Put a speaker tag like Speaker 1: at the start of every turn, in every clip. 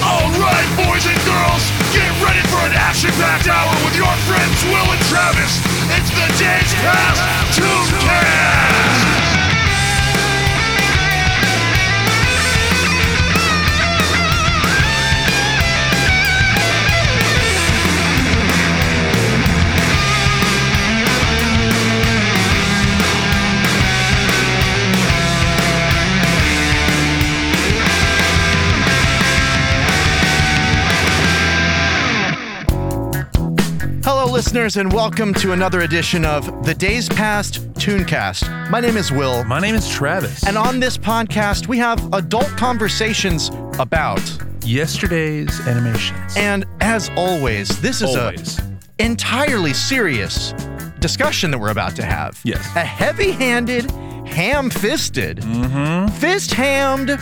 Speaker 1: Alright, boys and girls, get ready for an action packed hour with your friends Will and Travis. It's the Days Past Tooncast!
Speaker 2: Hello, listeners, and welcome to another edition of the Days Past Tooncast. My name is Will,
Speaker 3: My name is Travis.
Speaker 2: and on this podcast, we have adult conversations about.
Speaker 3: yesterday's animations.
Speaker 2: And as always, this is
Speaker 3: Always.
Speaker 2: a entirely serious discussion that we're about to have.
Speaker 3: Yes.
Speaker 2: A heavy-handed, ham-fisted,
Speaker 3: Mm-hmm.
Speaker 2: fist-hammed,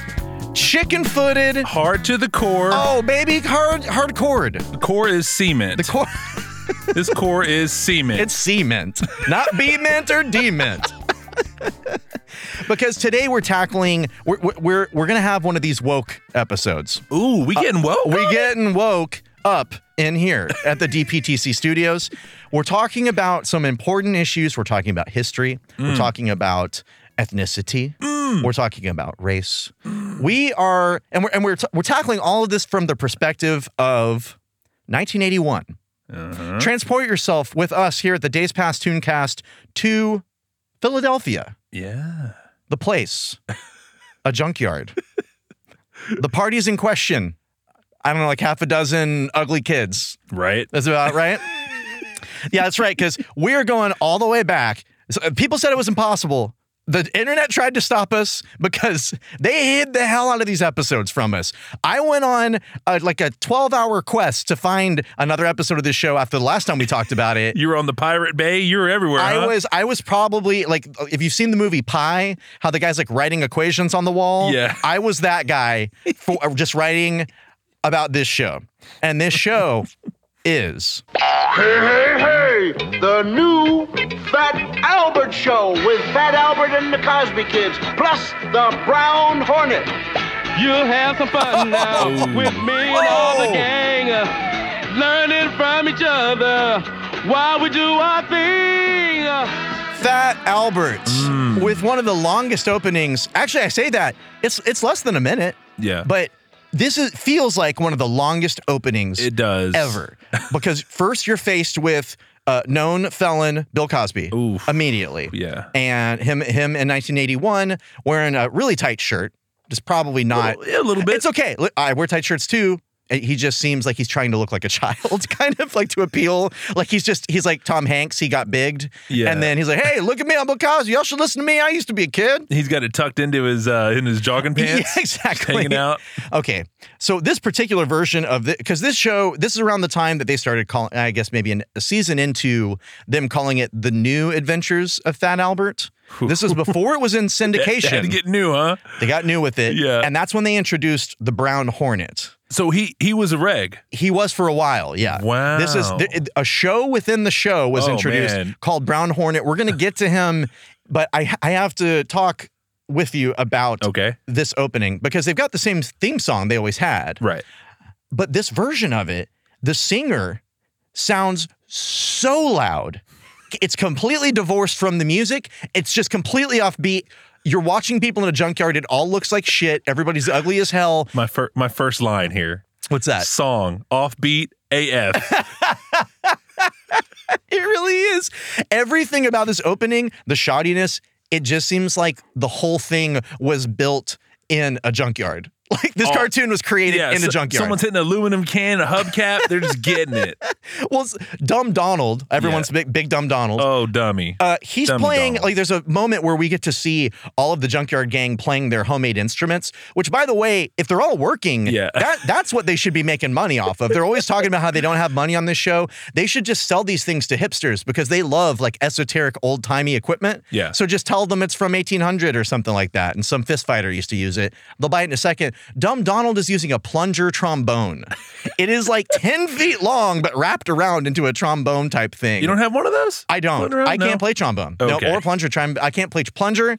Speaker 2: chicken-footed.
Speaker 3: Hard to the core.
Speaker 2: Oh, baby, hard hardcore.
Speaker 3: The core is cement.
Speaker 2: The core.
Speaker 3: this core is cement.
Speaker 2: It's cement, not B mint or D mint. because today we're tackling we're we're- we're we're gonna have one of these woke episodes.
Speaker 3: Ooh, we getting woke.
Speaker 2: uh, We getting woke up in here at the DPTC studios. We're talking about some important issues. We're talking about history. We're talking about ethnicity. We're talking about race. We are and we're and we're ta- we're tackling all of this from the perspective of 1981. Transport yourself with us here at the Days Past Tooncast to Philadelphia,
Speaker 3: yeah.
Speaker 2: the place, a junkyard, the parties in question. I don't know, like half a dozen ugly kids.
Speaker 3: Right.
Speaker 2: That's about right. yeah, that's right. Because we're going all the way back. So, uh, people said it was impossible. The internet tried to stop us because they hid the hell out of these episodes from us. I went on uh like a 12 hour quest to find another episode of this show after the last time we talked about it.
Speaker 3: You were on the Pirate Bay. You were everywhere.
Speaker 2: I
Speaker 3: huh?
Speaker 2: was I was probably like if you've seen the movie Pi, how the guy's like writing equations on the wall.
Speaker 3: Yeah.
Speaker 2: I was that guy for uh, just writing about this show. And this show is
Speaker 4: Hey, hey, hey! The new Fat Albert Show with Fat Albert and the Cosby Kids, plus the Brown Hornet.
Speaker 5: You'll have some fun now with me and all
Speaker 3: Oh.
Speaker 5: the gang, uh, learning from each other while we do our thing. Uh,
Speaker 2: Fat Alberts
Speaker 3: Mm.
Speaker 2: with one of the longest openings. Actually, I say that it's it's less than a minute,
Speaker 3: Yeah.
Speaker 2: but this is, feels like one of the longest openings
Speaker 3: it does.
Speaker 2: ever because first you're faced with uh, known felon Bill Cosby
Speaker 3: Oof.
Speaker 2: immediately.
Speaker 3: Yeah.
Speaker 2: and him him in 1981 wearing a really tight shirt. Just probably not.
Speaker 3: Little- yeah, a little bit.
Speaker 2: It's okay. Look, I wear tight shirts too. And He just seems like he's trying to look like a child, kind of like to appeal. Like he's just he's like Tom Hanks. He got bigged,
Speaker 3: Yeah.
Speaker 2: and then he's like, "Hey, look at me! I'm Bill Cosby. Y'all should listen to me. I used to be a kid."
Speaker 3: He's got it tucked into his uh in his jogging pants.
Speaker 2: Yeah, exactly.
Speaker 3: Hanging out.
Speaker 2: Okay, so this particular version of the because this show this is around the time that they started calling I guess maybe an, a season into them calling it the New Adventures of Fat Albert. This was before it was in syndication.
Speaker 3: Had to get new, huh?
Speaker 2: They got new with it.
Speaker 3: Yeah.
Speaker 2: And that's when they introduced the Brown Hornet.
Speaker 3: So he he was a reg.
Speaker 2: He was for a while, yeah.
Speaker 3: Wow.
Speaker 2: This is th- a show within the show was
Speaker 3: Oh,
Speaker 2: introduced
Speaker 3: man.
Speaker 2: called Brown Hornet. We're going to get to him, but I I have to talk with you about
Speaker 3: Okay.
Speaker 2: this opening because they've got the same theme song they always had.
Speaker 3: Right.
Speaker 2: But this version of it, the singer sounds so loud. It's completely divorced from the music. It's just completely offbeat. You're watching people in a junkyard. It all looks like shit. Everybody's ugly as hell.
Speaker 3: My fir- my first line here.
Speaker 2: What's that?
Speaker 3: Song offbeat AF.
Speaker 2: It really is. Everything about this opening, the shoddiness, it just seems like the whole thing was built in a junkyard. Like this
Speaker 3: Oh,
Speaker 2: cartoon was created in a
Speaker 3: so-
Speaker 2: junkyard.
Speaker 3: Someone's hitting an aluminum can, a hubcap. They're just getting it.
Speaker 2: well, it's Dumb Donald, everyone's big, big Dumb Donald.
Speaker 3: Oh, dummy.
Speaker 2: Uh, he's
Speaker 3: Dummy
Speaker 2: playing
Speaker 3: Donald.
Speaker 2: like there's a moment where we get to see all of the junkyard gang playing their homemade instruments. Which, by the way, if they're all working,
Speaker 3: Yeah.
Speaker 2: that that's what they should be making money off of. They're always talking about how they don't have money on this show. They should just sell these things to hipsters because they love like esoteric old timey equipment.
Speaker 3: Yeah.
Speaker 2: So just tell them it's from 1800 or something like that, and some fist fighter used to use it. They'll buy it in a second. Dumb Donald is using a plunger trombone. it is like 10 feet long, but wrapped around into a trombone type thing.
Speaker 3: you don't have one of those?
Speaker 2: I don't.
Speaker 3: Floating around?
Speaker 2: I can't
Speaker 3: No.
Speaker 2: play trombone. No,
Speaker 3: Okay.
Speaker 2: or plunger. Trom- I can't play plunger.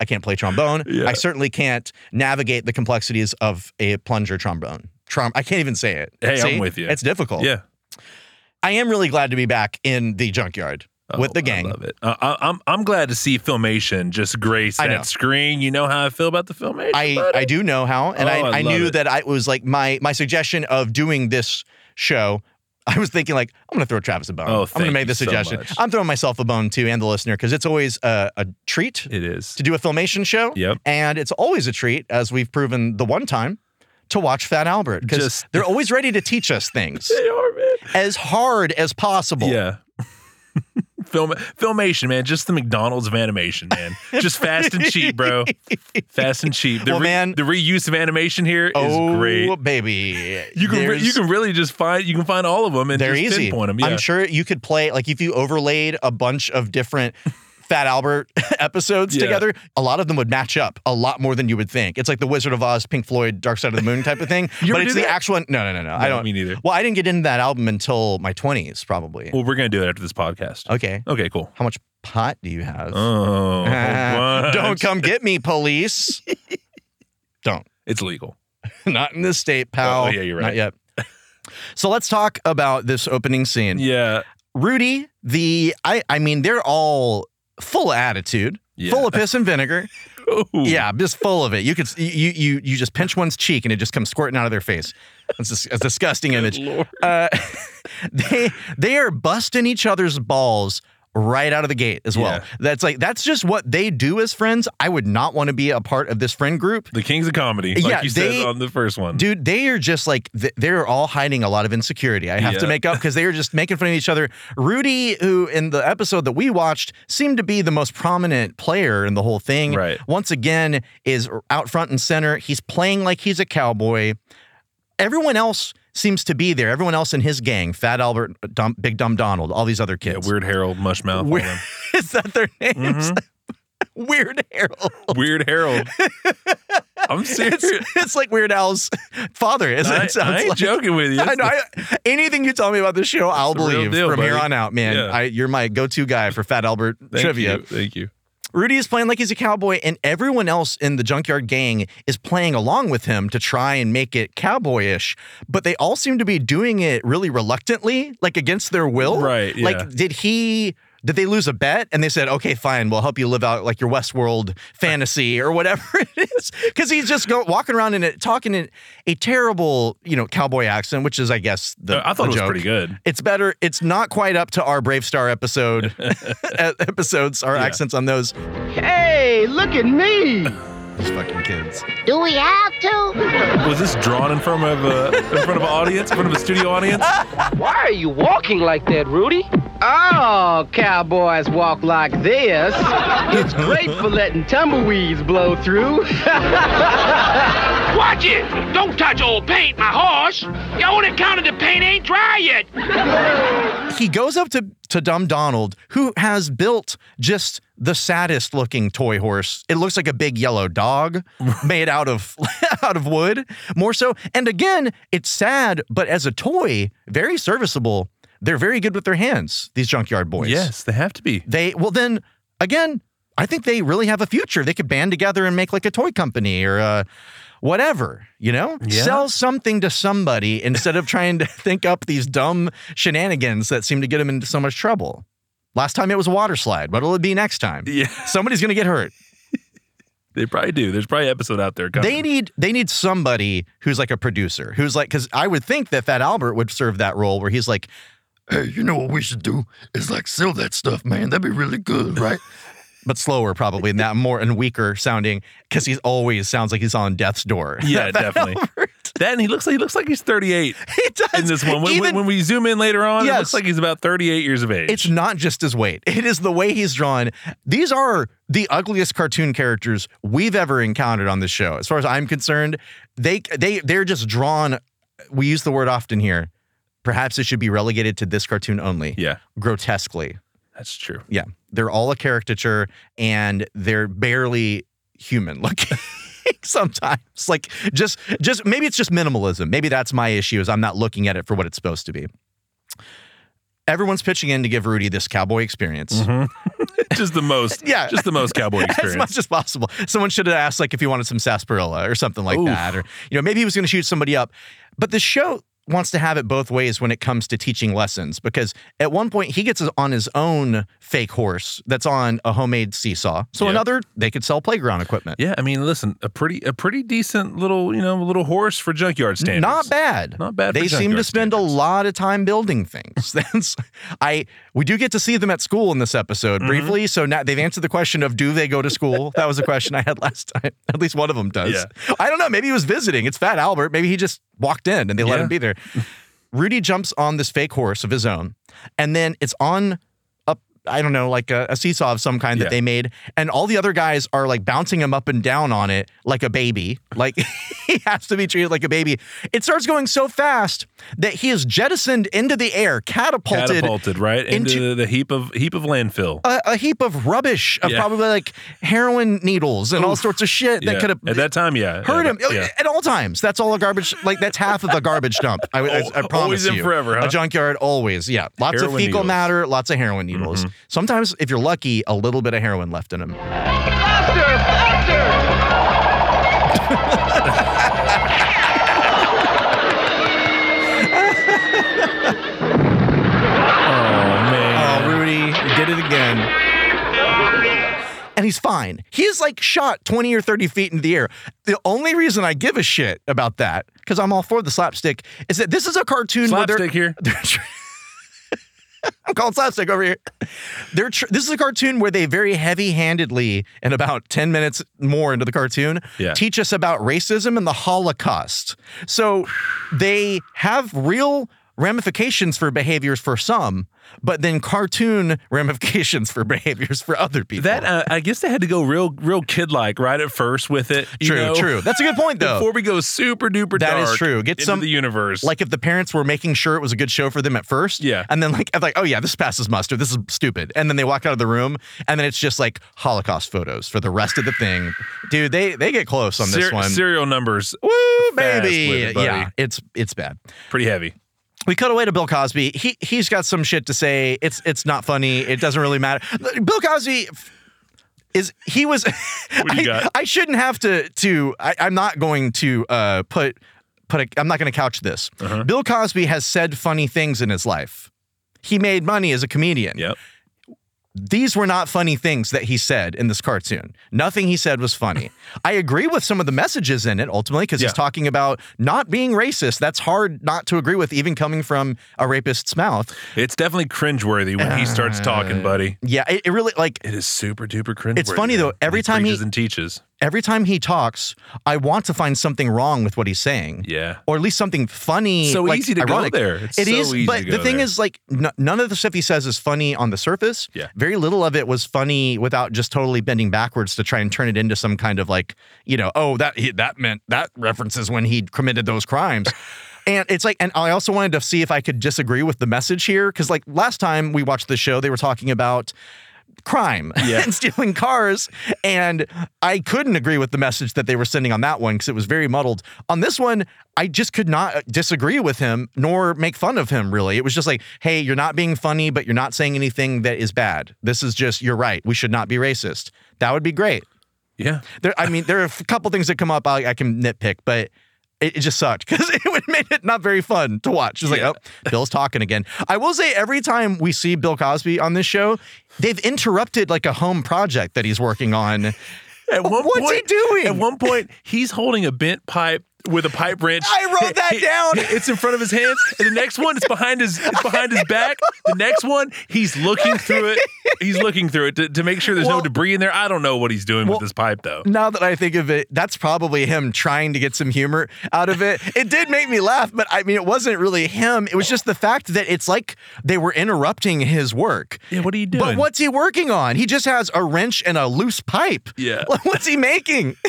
Speaker 2: I can't play trombone.
Speaker 3: Yeah.
Speaker 2: I certainly can't navigate the complexities of a plunger trombone. Trom- I can't even say it.
Speaker 3: Hey, I'm
Speaker 2: See?
Speaker 3: with you.
Speaker 2: It's difficult.
Speaker 3: Yeah.
Speaker 2: I am really glad to be back in the junkyard with
Speaker 3: Oh,
Speaker 2: the gang.
Speaker 3: I love it. Uh, I, I'm I'm glad to see filmation just grace
Speaker 2: I
Speaker 3: that
Speaker 2: know.
Speaker 3: screen. You know how I feel about the filmation.
Speaker 2: I,
Speaker 3: buddy?
Speaker 2: I do know how, and
Speaker 3: Oh, I
Speaker 2: I, I,
Speaker 3: love
Speaker 2: knew
Speaker 3: it.
Speaker 2: that I it was like my my suggestion of doing this show. I was thinking like I'm gonna throw Travis a bone.
Speaker 3: Oh,
Speaker 2: I'm
Speaker 3: thank
Speaker 2: gonna
Speaker 3: you
Speaker 2: make this
Speaker 3: so
Speaker 2: suggestion.
Speaker 3: much.
Speaker 2: I'm throwing myself a bone too, and the listener, because it's always a, a treat
Speaker 3: It is.
Speaker 2: to do a filmation show.
Speaker 3: Yep.
Speaker 2: And it's always a treat, as we've proven the one time, to watch Fat Albert because
Speaker 3: Just-
Speaker 2: they're always ready to teach us things
Speaker 3: They are, man.
Speaker 2: as hard as possible.
Speaker 3: Yeah. Film filmation, man. Just the McDonald's of animation, man. Just fast and cheap, bro. Fast and cheap. The,
Speaker 2: Well, man-
Speaker 3: the reuse of animation here is
Speaker 2: Oh,
Speaker 3: great.
Speaker 2: baby.
Speaker 3: You can re-
Speaker 2: There's-
Speaker 3: you can really just find you can find all of them and
Speaker 2: they're
Speaker 3: just
Speaker 2: easy.
Speaker 3: pinpoint them.
Speaker 2: I'm sure you could play like if you overlaid a bunch of different Fat Albert episodes
Speaker 3: Yeah.
Speaker 2: together, a lot of them would match up a lot more than you would think. It's like the Wizard of Oz, Pink Floyd, Dark Side of the Moon type of thing.
Speaker 3: You ever
Speaker 2: but
Speaker 3: do
Speaker 2: it's the
Speaker 3: that?
Speaker 2: actual one. No, no, no, no. I
Speaker 3: No,
Speaker 2: don't.
Speaker 3: me neither.
Speaker 2: Well, I didn't get into that album until my 20s, probably.
Speaker 3: Well, we're gonna do that after this podcast.
Speaker 2: okay.
Speaker 3: Okay, cool.
Speaker 2: How much pot do you have?
Speaker 3: Oh,
Speaker 2: Ah,
Speaker 3: what?
Speaker 2: don't come get me, police. don't.
Speaker 3: It's legal.
Speaker 2: Not in this state, pal.
Speaker 3: Oh, yeah, you're
Speaker 2: Not
Speaker 3: right.
Speaker 2: yet. So let's talk about this opening scene.
Speaker 3: Yeah.
Speaker 2: Rudy, the I I mean they're all full of attitude,
Speaker 3: Yeah.
Speaker 2: full of piss and vinegar.
Speaker 3: Ooh.
Speaker 2: Yeah, just full of it. You could s- you you you just pinch one's cheek and it just comes squirting out of their face. It's dis- a disgusting image. Uh, they they are busting each other's balls right out of the gate as well.
Speaker 3: Yeah.
Speaker 2: That's like that's just what they do as friends. I would not want to be a part of this friend group.
Speaker 3: The kings of comedy, like
Speaker 2: Yeah,
Speaker 3: you
Speaker 2: they-
Speaker 3: said on the first one.
Speaker 2: Dude, they are just like th- they're all hiding a lot of insecurity. I have to
Speaker 3: Yeah.
Speaker 2: make up because they are just making fun of each other. Rudy, who in the episode that we watched seemed to be the most prominent player in the whole thing,
Speaker 3: Right.
Speaker 2: once again is out front and center. He's playing like he's a cowboy. Everyone else seems to be there. Everyone else in his gang, Fat Albert, Dumb, Big Dumb Donald, all these other
Speaker 3: yeah,
Speaker 2: kids.
Speaker 3: Weird Harold, Mushmouth. all
Speaker 2: Weird-
Speaker 3: them.
Speaker 2: is that their names?
Speaker 3: Mhm.
Speaker 2: Weird Harold.
Speaker 3: Weird Harold. I'm serious.
Speaker 2: It's, it's like Weird Al's father. Is
Speaker 3: I,
Speaker 2: it sounds
Speaker 3: I ain't
Speaker 2: like.
Speaker 3: joking with you.
Speaker 2: I know. I- anything you tell me about this show, I'll
Speaker 3: the real
Speaker 2: believe
Speaker 3: deal,
Speaker 2: from here
Speaker 3: buddy.
Speaker 2: on out, man.
Speaker 3: Yeah.
Speaker 2: I, you're my go-to guy for Fat Albert
Speaker 3: Thank
Speaker 2: trivia.
Speaker 3: You. Thank you.
Speaker 2: Rudy is playing like he's a cowboy, and everyone else in the Junkyard Gang is playing along with him to try and make it cowboyish. But they all seem to be doing it really reluctantly, like against their will.
Speaker 3: Right, yeah.
Speaker 2: Like, did he? Did they lose a bet? And they said, okay, fine, we'll help you live out like your Westworld fantasy or whatever it is. Because he's just go, walking around and talking in a terrible, you know, cowboy accent, which is, I guess, the
Speaker 3: Uh, I thought
Speaker 2: the
Speaker 3: it was
Speaker 2: joke.
Speaker 3: pretty good.
Speaker 2: It's better. It's not quite up to our Brave Star episode e-, episodes, our
Speaker 3: Yeah.
Speaker 2: accents on those.
Speaker 4: Hey, look at me.
Speaker 2: These fucking kids.
Speaker 6: Do we have to?
Speaker 3: Was this drawn in front of a in front of an audience, in front of a studio audience?
Speaker 7: Why are you walking like that, Rudy?
Speaker 4: Oh, cowboys walk like this. It's great for letting tumbleweeds blow through.
Speaker 5: Watch it! Don't touch old paint, my horse! You only counted the paint ain't dry yet!
Speaker 2: He goes up to, to Dumb Donald, who has built just the saddest looking toy horse. It looks like a big yellow dog made out of out of wood, more so. And again, it's sad, but as a toy, very serviceable. They're very good with their hands, these junkyard boys.
Speaker 3: Yes, they have to be.
Speaker 2: They well then again, I think they really have a future. They could band together and make like a toy company or uh whatever, you know?
Speaker 3: Yeah.
Speaker 2: Sell something to somebody instead of trying to think up these dumb shenanigans that seem to get them into so much trouble. Last time it was a water slide. What'll it be next time?
Speaker 3: Yeah,
Speaker 2: Somebody's gonna get hurt.
Speaker 3: they probably do. There's probably an episode out there coming.
Speaker 2: They need they need somebody who's like a producer, who's like because I would think that Fat Albert would serve that role where he's like,
Speaker 8: hey, you know what we should do? It's like sell that stuff, man. That'd be really good, right?
Speaker 2: but slower probably, and that more and weaker sounding because he's always sounds like he's on death's door.
Speaker 3: yeah, definitely. That and he looks like he looks like he's 38
Speaker 2: He does.
Speaker 3: in this one. When,
Speaker 2: Even-
Speaker 3: when we zoom in later on, it
Speaker 2: Yes.
Speaker 3: looks like he's about 38 years of age.
Speaker 2: it's not just his weight. It is the way he's drawn. These are the ugliest cartoon characters we've ever encountered on this show. As far as I'm concerned, they they they're just drawn. We use the word often here. Perhaps it should be relegated to this cartoon only.
Speaker 3: yeah,
Speaker 2: Grotesquely.
Speaker 3: that's true.
Speaker 2: Yeah. They're all a caricature and they're barely human looking. Sometimes, like just, just maybe it's just minimalism. Maybe that's my issue. Is I'm not looking at it for what it's supposed to be. Everyone's pitching in to give Rudy this cowboy experience
Speaker 3: just the most.
Speaker 2: Mm-hmm. Yeah.
Speaker 3: Just the most cowboy
Speaker 2: as
Speaker 3: experience.
Speaker 2: much as possible. Someone should have asked like if he wanted some sarsaparilla or something like
Speaker 3: Oof.
Speaker 2: that, or you know maybe he was going to shoot somebody up. But the show wants to have it both ways when it comes to teaching lessons because at one point he gets on his own fake horse that's on a homemade seesaw. So
Speaker 3: Yep.
Speaker 2: another they could sell playground equipment.
Speaker 3: yeah, I mean, listen, a pretty, a pretty decent little, you know, little horse for junkyard standards.
Speaker 2: Not bad.
Speaker 3: Not bad for
Speaker 2: They seem to
Speaker 3: junkyard
Speaker 2: spend a
Speaker 3: standards.
Speaker 2: lot of time building things. That's I we do get to see them at school in this episode
Speaker 3: Mm-hmm.
Speaker 2: briefly. So now they've answered the question of do they go to school? that was a question I had last time. At least one of them does.
Speaker 3: Yeah.
Speaker 2: I don't know. Maybe he was visiting. It's Fat Albert. Maybe he just walked in and they let
Speaker 3: Yeah.
Speaker 2: him be there. Rudy jumps on this fake horse of his own, and then it's on a I don't know, like a, a seesaw of some kind
Speaker 3: Yeah.
Speaker 2: that they made, and all the other guys are like bouncing him up and down on it like a baby. Like he has to be treated like a baby. It starts going so fast that he is jettisoned into the air, catapulted,
Speaker 3: Catapulted right into,
Speaker 2: into- Oh,
Speaker 3: the, the heap of heap of landfill.
Speaker 2: a, a heap of rubbish of
Speaker 3: Yeah.
Speaker 2: probably like heroin needles and all sorts of shit that
Speaker 3: Yeah.
Speaker 2: could have
Speaker 3: at that time, yeah,
Speaker 2: hurt
Speaker 3: Yeah,
Speaker 2: him
Speaker 3: Yeah.
Speaker 2: at all times. That's all a garbage. Like that's half of the garbage dump. I, I, I
Speaker 3: Always
Speaker 2: promise
Speaker 3: and
Speaker 2: you.
Speaker 3: forever, huh?
Speaker 2: A junkyard always. Yeah, lots of
Speaker 3: Heroin
Speaker 2: fecal
Speaker 3: needles. Mm-hmm.
Speaker 2: matter, lots of heroin needles. Sometimes, if you're lucky, a little bit of heroin left in him.
Speaker 4: Faster! Faster!
Speaker 3: Oh man.
Speaker 2: Oh, Rudy, you did it again. And he's fine. He is like shot 20 or 30 feet into the air. The only reason I give a shit about that, because I'm all for the slapstick, is that this is a cartoon where they're
Speaker 3: Slapstick here.
Speaker 2: I'm calling slapstick over here. They're tr- this is a cartoon where they very heavy-handedly, and about ten minutes more into the cartoon,
Speaker 3: Yeah.
Speaker 2: teach us about racism and the Holocaust. So they have real ramifications for behaviors for some, but then cartoon ramifications for behaviors for other people.
Speaker 3: That uh, I guess they had to go real, real kid like right at first with it. you
Speaker 2: true,
Speaker 3: know?
Speaker 2: true. That's a good point though.
Speaker 3: Before we go super duper
Speaker 2: That
Speaker 3: dark,
Speaker 2: is true. Get
Speaker 3: into
Speaker 2: some-
Speaker 3: the universe.
Speaker 2: like if the parents were making sure it was a good show for them at first,
Speaker 3: Yeah.
Speaker 2: and then like I'm like oh yeah, this passes muster, this is stupid, and then they walk out of the room, and then it's just like Holocaust photos for the rest of the thing, dude. They they get close on this
Speaker 3: Ser-
Speaker 2: one.
Speaker 3: serial numbers
Speaker 2: Woo,
Speaker 3: fast
Speaker 2: baby,
Speaker 3: with it, buddy.
Speaker 2: yeah, it's it's bad.
Speaker 3: pretty heavy.
Speaker 2: We cut away to Bill Cosby. He he's got some shit to say. It's it's not funny. It doesn't really matter. Bill Cosby is he was.
Speaker 3: do you
Speaker 2: I,
Speaker 3: got?
Speaker 2: I shouldn't have to to. I, I'm not going to uh put put. A, I'm not going to couch this.
Speaker 3: Uh-huh.
Speaker 2: Bill Cosby has said funny things in his life. He made money as a comedian.
Speaker 3: Yep.
Speaker 2: These were not funny things that he said in this cartoon. Nothing he said was funny. I agree with some of the messages in it ultimately because
Speaker 3: Yeah.
Speaker 2: he's talking about not being racist. That's hard not to agree with, even coming from a rapist's mouth.
Speaker 3: It's definitely cringeworthy when he starts talking, buddy.
Speaker 2: Yeah, it, it really like
Speaker 3: It is super duper cringeworthy.
Speaker 2: Uh. It's funny, though,
Speaker 3: man.
Speaker 2: every
Speaker 3: he
Speaker 2: time he-
Speaker 3: preaches and teaches.
Speaker 2: every time he talks, I want to find something wrong with what he's saying.
Speaker 3: Yeah.
Speaker 2: Or at least something funny.
Speaker 3: So
Speaker 2: like,
Speaker 3: easy to go
Speaker 2: ironic.
Speaker 3: there. It's
Speaker 2: It
Speaker 3: so
Speaker 2: is,
Speaker 3: easy
Speaker 2: but
Speaker 3: to
Speaker 2: the
Speaker 3: go
Speaker 2: thing
Speaker 3: there.
Speaker 2: is, like, n- none of the stuff he says is funny on the surface.
Speaker 3: Yeah.
Speaker 2: Very little of it was funny without just totally bending backwards to try and turn it into some kind of like, you know, oh that he, that meant that references when he committed those crimes. And it's like, and I also wanted to see if I could disagree with the message here. Cause like last time we watched the show, they were talking about crime
Speaker 3: Yeah.
Speaker 2: and stealing cars. And I couldn't agree with the message that they were sending on that one because it was very muddled. On this one, I just could not uh, disagree with him nor make fun of him, really. It was just like, hey, you're not being funny, but you're not saying anything that is bad. This is just, you're right. We should not be racist. That would be great.
Speaker 3: Yeah.
Speaker 2: There, I mean, there are a couple things that come up I, I can nitpick, but it, it just sucked because it would made it not very fun to watch. It's
Speaker 3: Yeah.
Speaker 2: like, oh, Bill's talking again. I will say, every time we see Bill Cosby on this show, they've interrupted like a home project that he's working on.
Speaker 3: At one
Speaker 2: What's he
Speaker 3: point,
Speaker 2: doing?
Speaker 3: At one point, he's holding a bent pipe with a pipe wrench.
Speaker 2: I wrote that down.
Speaker 3: It's in front of his hands, and the next one, it's behind his, it's behind his back. The next one, he's looking through it. He's looking through it to, to make sure there's
Speaker 2: Well-
Speaker 3: no debris in there. I don't know what he's doing
Speaker 2: Well-
Speaker 3: with this pipe though.
Speaker 2: Now that I think of it, that's probably him trying to get some humor out of it. It did make me laugh, but I mean, it wasn't really him. It was just the fact that it's like they were interrupting his work.
Speaker 3: Yeah, what are you doing?
Speaker 2: But what's he working on? He just has a wrench and a loose pipe.
Speaker 3: Yeah.
Speaker 2: Like, what's he making?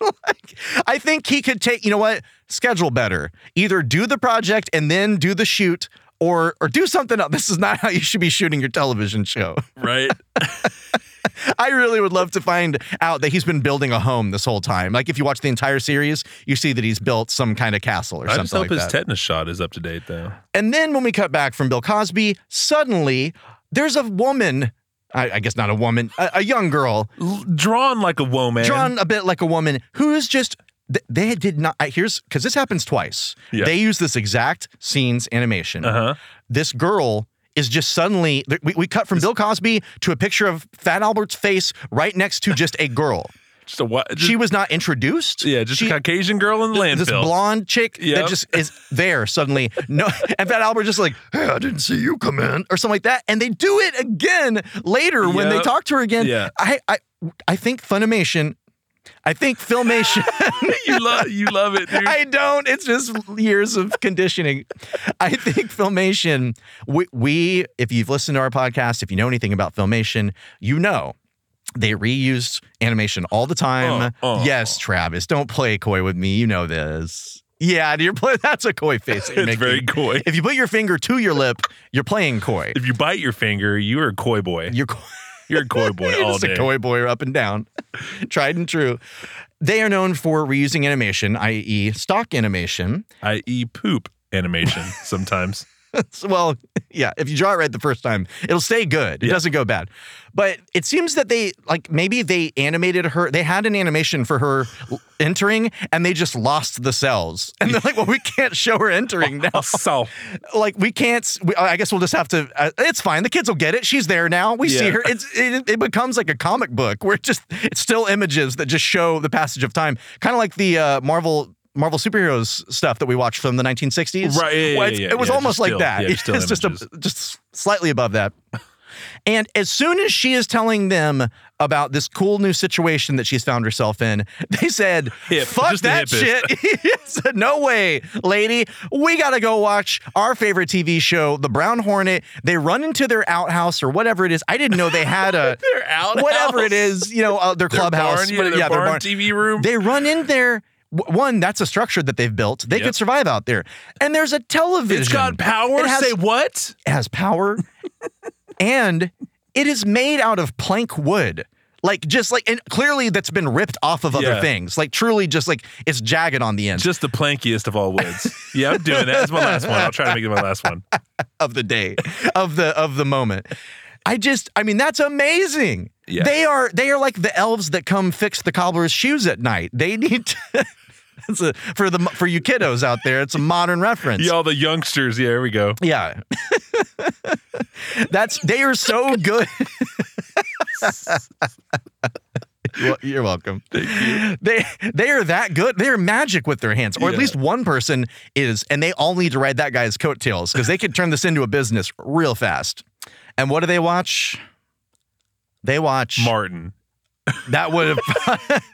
Speaker 2: like, I think he could take, you know what? Schedule better. Either do the project and then do the shoot or or do something else. This is not how you should be shooting your television show.
Speaker 3: right?
Speaker 2: I really would love to find out that he's been building a home this whole time. Like if you watch the entire series, you see that he's built some kind of castle or
Speaker 3: I just
Speaker 2: something
Speaker 3: hope
Speaker 2: like
Speaker 3: his
Speaker 2: that.
Speaker 3: tetanus shot is up to date, though.
Speaker 2: and then when we cut back from Bill Cosby, suddenly there's a woman. I, I guess not a woman, a, a young girl,
Speaker 3: L- drawn like a woman.
Speaker 2: drawn a bit like a woman, who is just. th- They did not. I- Here's because this happens twice.
Speaker 3: Yeah.
Speaker 2: They use this exact scenes animation.
Speaker 3: Uh huh.
Speaker 2: This girl is just suddenly. th- We, we cut from Bill Cosby to a picture of Fat Albert's face right next to just a girl.
Speaker 3: Just a what?
Speaker 2: she was not introduced.
Speaker 3: yeah, just
Speaker 2: she,
Speaker 3: a Caucasian girl in the landfill.
Speaker 2: this blonde chick that
Speaker 3: Yep.
Speaker 2: just is there suddenly. No, and Fat Albert just like
Speaker 8: Hey, I didn't see you come in.
Speaker 2: or something like that, and they do it again later when they
Speaker 3: Yep.
Speaker 2: talk to her again.
Speaker 3: Yeah.
Speaker 2: I I I think Funimation. I think Filmation.
Speaker 3: you love you love it, dude.
Speaker 2: I don't. It's just years of conditioning. I think Filmation, we, we, if you've listened to our podcast, if you know anything about Filmation, you know they reused animation all the time.
Speaker 3: Uh, uh.
Speaker 2: Yes, Travis, don't play coy with me. You know this. Yeah, you're play- that's a coy face. you're
Speaker 3: it's
Speaker 2: making.
Speaker 3: very coy.
Speaker 2: If you put your finger to your lip, you're playing coy.
Speaker 3: If you bite your finger, you are a coy boy.
Speaker 2: You're coy.
Speaker 3: You're a coy boy
Speaker 2: You're
Speaker 3: all
Speaker 2: just
Speaker 3: day.
Speaker 2: a toy boy up and down. Tried and true. They are known for reusing animation, i.e., stock animation.
Speaker 3: I.e. poop animation sometimes.
Speaker 2: So, well, yeah, if you draw it right the first time, it'll stay good. It
Speaker 3: Yeah.
Speaker 2: doesn't go bad. But it seems that they, like, maybe they animated her. They had an animation for her l- entering and they just lost the cells. And they're like, well, we can't show her entering now.
Speaker 3: so
Speaker 2: Like, we can't, s- we, I guess we'll just have to, uh, it's fine. The kids will get it. She's there now. We see
Speaker 3: Yeah.
Speaker 2: her. It's, it, it becomes like a comic book where it just, it's still images that just show the passage of time. Kind of like the uh, Marvel. Marvel superheroes stuff that we watched from the 1960s.
Speaker 3: Right, yeah, yeah,
Speaker 2: Well, it's-
Speaker 3: yeah,
Speaker 2: it was
Speaker 3: yeah,
Speaker 2: almost
Speaker 3: just
Speaker 2: like
Speaker 3: still-
Speaker 2: that.
Speaker 3: yeah, just still
Speaker 2: it's just a,
Speaker 3: images.
Speaker 2: just slightly above that. And as soon as she is telling them about this cool new situation that she's found herself in, they said,
Speaker 3: Hip,
Speaker 2: "Fuck
Speaker 3: just the
Speaker 2: that shit! Yes, no way, lady. We gotta go watch our favorite TV show, The Brown Hornet." They run into their outhouse or whatever it is. I didn't know they had a
Speaker 3: Their outhouse?
Speaker 2: whatever it is. You know, uh, their
Speaker 3: their
Speaker 2: clubhouse.
Speaker 3: barn, yeah,
Speaker 2: but
Speaker 3: their
Speaker 2: their
Speaker 3: barn TV room.
Speaker 2: They run in there. W- One, that's a structure that they've built. They
Speaker 3: Yep.
Speaker 2: could survive out there. And there's a television.
Speaker 3: it's got power.
Speaker 2: It has
Speaker 3: Say what?
Speaker 2: it has power and it is made out of plank wood like just like and clearly that's been ripped off of other
Speaker 3: Yeah.
Speaker 2: things like truly just like it's jagged on the end
Speaker 3: Just the plankiest of all woods. yeah, I'm doing that. That's my last one. I'll try to make it my last one.
Speaker 2: of the day of the of the moment i just i mean that's amazing
Speaker 3: Yeah.
Speaker 2: they are they are like the elves that come fix the cobbler's shoes at night they need to That's a, for the for you kiddos out there, it's a modern reference.
Speaker 3: Yeah, all the youngsters. Yeah, here we go.
Speaker 2: Yeah. That's they are so good. Well, You're welcome. They they are that good. They're magic with their hands, or at
Speaker 3: Yeah.
Speaker 2: least one person is, and they all need to ride that guy's coattails because they could turn this into a business real fast. And what do they watch? They watch
Speaker 3: Martin.
Speaker 2: that would have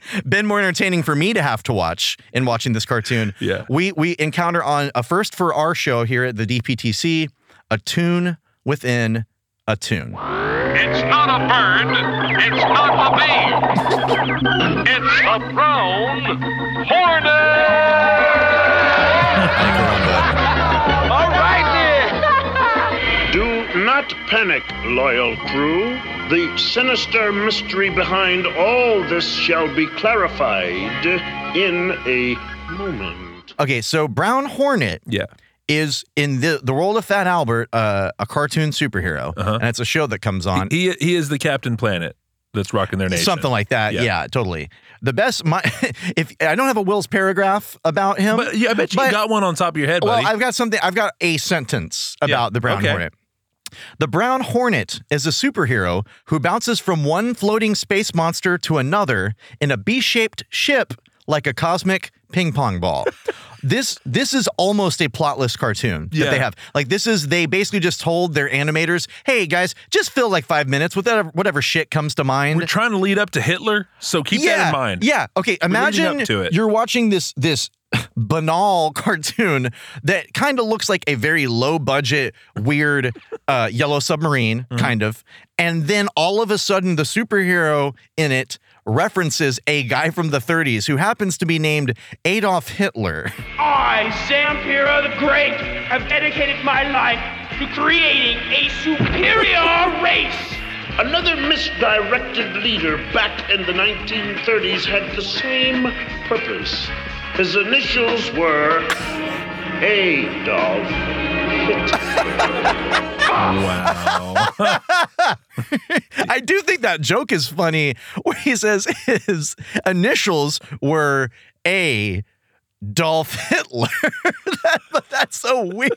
Speaker 2: been more entertaining for me to have to watch in watching this cartoon.
Speaker 3: Yeah.
Speaker 2: We we encounter on a first for our show here at the DPTC, a tune within a tune.
Speaker 1: It's not a bird. It's not a bee. It's a brown hornet.
Speaker 4: All right, then.
Speaker 1: Do not panic, loyal crew. The sinister mystery behind all this shall be clarified in a moment.
Speaker 2: Okay, so Brown Hornet
Speaker 3: Yeah.
Speaker 2: is in the the world of Fat Albert, uh, a cartoon superhero, and it's a show that comes on.
Speaker 3: He he is the Captain Planet that's rocking their nation.
Speaker 2: Something like that, yeah.
Speaker 3: Yeah.
Speaker 2: totally. The best, my if I don't have a Will's paragraph about him,
Speaker 3: But yeah, I bet you
Speaker 2: But-
Speaker 3: got one on top of your head, buddy.
Speaker 2: Well, I've got something. I've got a sentence about
Speaker 3: Yeah,
Speaker 2: the Brown
Speaker 3: okay.
Speaker 2: Hornet. The Brown Hornet is a superhero who bounces from one floating space monster to another in a B-shaped ship like a cosmic ping pong ball. this this is almost a plotless cartoon that
Speaker 3: Yeah.
Speaker 2: they have. Like this is they basically just told their animators, "Hey guys, just fill like 5 minutes with whatever, whatever shit comes to mind."
Speaker 3: We're trying to lead up to Hitler, so keep
Speaker 2: yeah,
Speaker 3: that in mind.
Speaker 2: Yeah. Okay.
Speaker 3: leading
Speaker 2: Imagine
Speaker 3: up to it.
Speaker 2: you're watching this this banal cartoon that kind of looks like a very low budget, weird uh, yellow submarine,
Speaker 3: Mm-hmm.
Speaker 2: kind of, and then all of a sudden the superhero in it references a guy from the 30s who happens to be named Adolf Hitler.
Speaker 9: I, Sam Piero the Great, have dedicated my life to creating a superior race
Speaker 1: Another misdirected leader back in the 1930s had the same purpose. His initials were Adolf Hitler.
Speaker 3: Wow.
Speaker 2: I do think that joke is funny where he says his initials were A. Dolph Hitler. That- but that's so weird.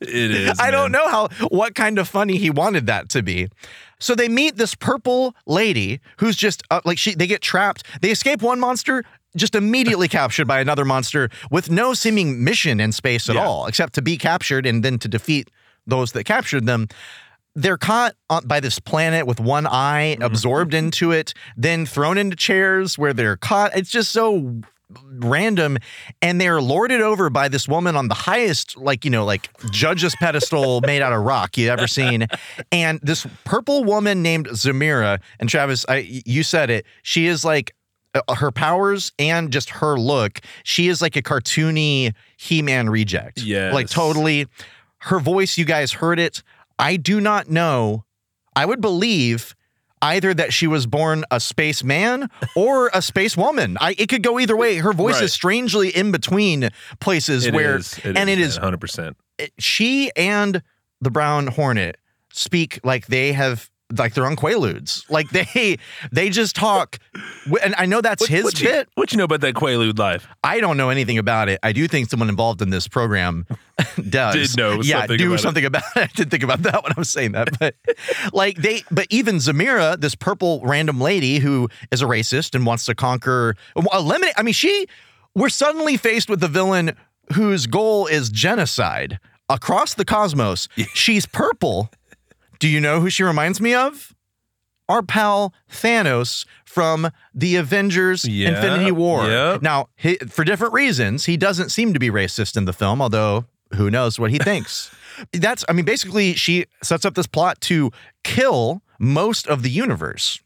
Speaker 3: it is.
Speaker 2: I don't
Speaker 3: man.
Speaker 2: know how what kind of funny he wanted that to be. So they meet this purple lady who's just uh, like she. They get trapped. They escape one monster, just immediately captured by another monster with no seeming mission in space at
Speaker 3: Yeah.
Speaker 2: all, except to be captured and then to defeat those that captured them. They're caught on, by this planet with one eye
Speaker 3: Mm-hmm.
Speaker 2: absorbed into it, then thrown into chairs where they're caught. It's just so random and they're lorded over by this woman on the highest like you know like judge's pedestal made out of rock you ever seen and this purple woman named Zamira and Travis I y- you said it she is like uh, her powers and just her look she is like a cartoony He-Man reject like
Speaker 3: Yes.
Speaker 2: totally her voice you guys heard it I do not know I would believe either that she was born a spaceman or a space woman. I, it could go either way. Her voice
Speaker 3: Right.
Speaker 2: is strangely in between places
Speaker 3: It
Speaker 2: where
Speaker 3: is.
Speaker 2: and it is-
Speaker 3: 100%.
Speaker 2: it- she and the brown hornet speak like they have like they're on quaaludes. Like they they just talk. Wh- And I know that's his
Speaker 3: what
Speaker 2: bit.
Speaker 3: You, what you know about that Quaalude life?
Speaker 2: I don't know anything about it. I do think someone involved in this program does.
Speaker 3: Did know
Speaker 2: yeah,
Speaker 3: something
Speaker 2: do
Speaker 3: about it.
Speaker 2: something about it. I didn't think about that when I was saying that, but like they, but even Zamira, this purple random lady who is a racist and wants to conquer, eliminate. I mean, she. We're suddenly faced with the villain whose goal is genocide across the cosmos. She's purple. Do you know who she reminds me of? Our pal Thanos from the Avengers
Speaker 3: Yeah,
Speaker 2: Infinity War.
Speaker 3: yeah.
Speaker 2: Now, he, for different reasons, he doesn't seem to be racist in the film, although who knows what he thinks. That's, I mean, basically, she sets up this plot to kill most of the universe.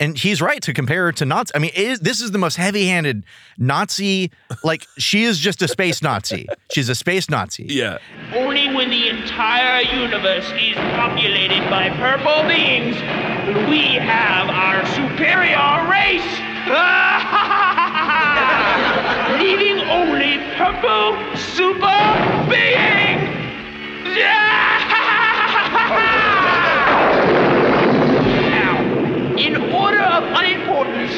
Speaker 2: And he's right to compare her to Nazi. I mean, it is, this is the most heavy handed Nazi. Like, she is just a space Nazi. She's a space Nazi.
Speaker 3: Yeah.
Speaker 9: Only when the entire universe is populated by purple beings will we have our superior race. Leaving only purple super being. now, in order of unimportance,